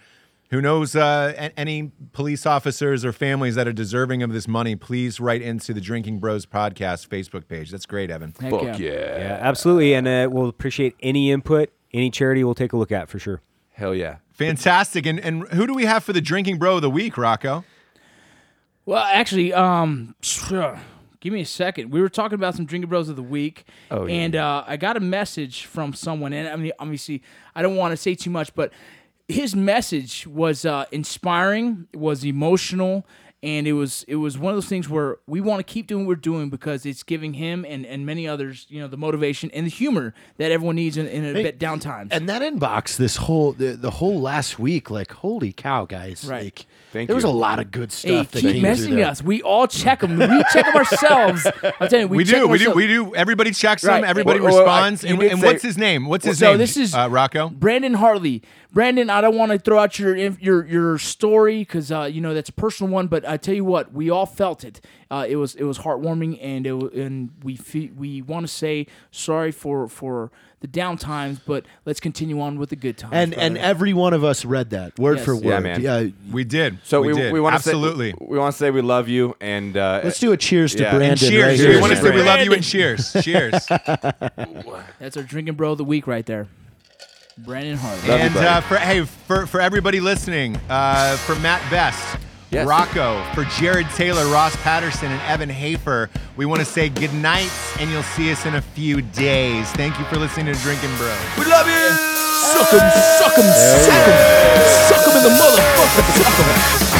D: who knows uh, a- any police officers or families that are deserving of this money, please write into the Drinking Bros podcast Facebook page. That's great, Evan.
E: Heck
B: Fuck yeah.
F: yeah, absolutely, and uh, we'll appreciate any input. Any charity, we'll take a look at for sure.
B: hell yeah.
D: Fantastic. And and who do we have for the Drinking Bro of the week, Rocco?
E: Well, actually, um, [sniffs] sure. give me a second. We were talking about some Drinking Bros of the week, oh, and uh, I got a message from someone, and I mean, obviously, I don't want to say too much, but his message was uh, inspiring, it was emotional, and it was it was one of those things where we want to keep doing what we're doing because it's giving him and, and many others, you know, the motivation and the humor that everyone needs in, in a bit down times.
C: And that inbox, this whole the, the whole last week, like holy cow, guys!
E: Right.
C: Like,
B: Thank
C: there was a
B: you.
C: lot of good
E: Hey,
C: stuff. that
E: keep
C: came through
E: messaging
C: there.
E: us. We all check them. We check them ourselves. I'm telling you, we,
D: We
E: check
D: do,
E: 'em
D: we do,
E: ourselves.
D: we do. Everybody checks
E: Right.
D: them. Everybody
B: Well, well,
D: responds.
B: I- you
D: and
B: did
D: and
B: say-
D: what's his name? What's his
E: so
D: name?
E: this is
D: uh, Rocco.
E: Brandon Hartley. Brandon, I don't want to throw out your inf- your your story because uh, you know that's a personal one, but I I tell you what, we all felt it. Uh, it was it was heartwarming, and it, wa- and we fe- we want to say sorry for for the down times, but let's continue on with the good times.
C: And and
E: brother.
C: every one of us read that word for
E: Yes.
C: word.
B: Yeah, man.
D: We did.
B: So we
D: did.
B: we want to
D: absolutely.
B: say, we want to say we love you and uh,
C: Let's do a cheers to
B: Yeah. And
C: Brandon.
D: cheers.
C: right
D: we
C: here.
D: want to say we
E: Brandon.
D: love you and cheers.
E: [laughs]
D: Cheers.
E: that's our drinking bro of the week right there, Brandon Harvey.
B: Love you,
D: and
B: buddy.
D: uh, for hey, for for everybody listening, uh, for Matt Best.
B: Yes.
D: Rocco, for Jared Taylor, Ross Patterson, and Evan Hafer, we want to say good night, and you'll see us in a few days. Thank you for listening to Drinking Bros.
B: we love you.
E: Suck him, suck him, suck him, suck him in the motherfucker, suck him.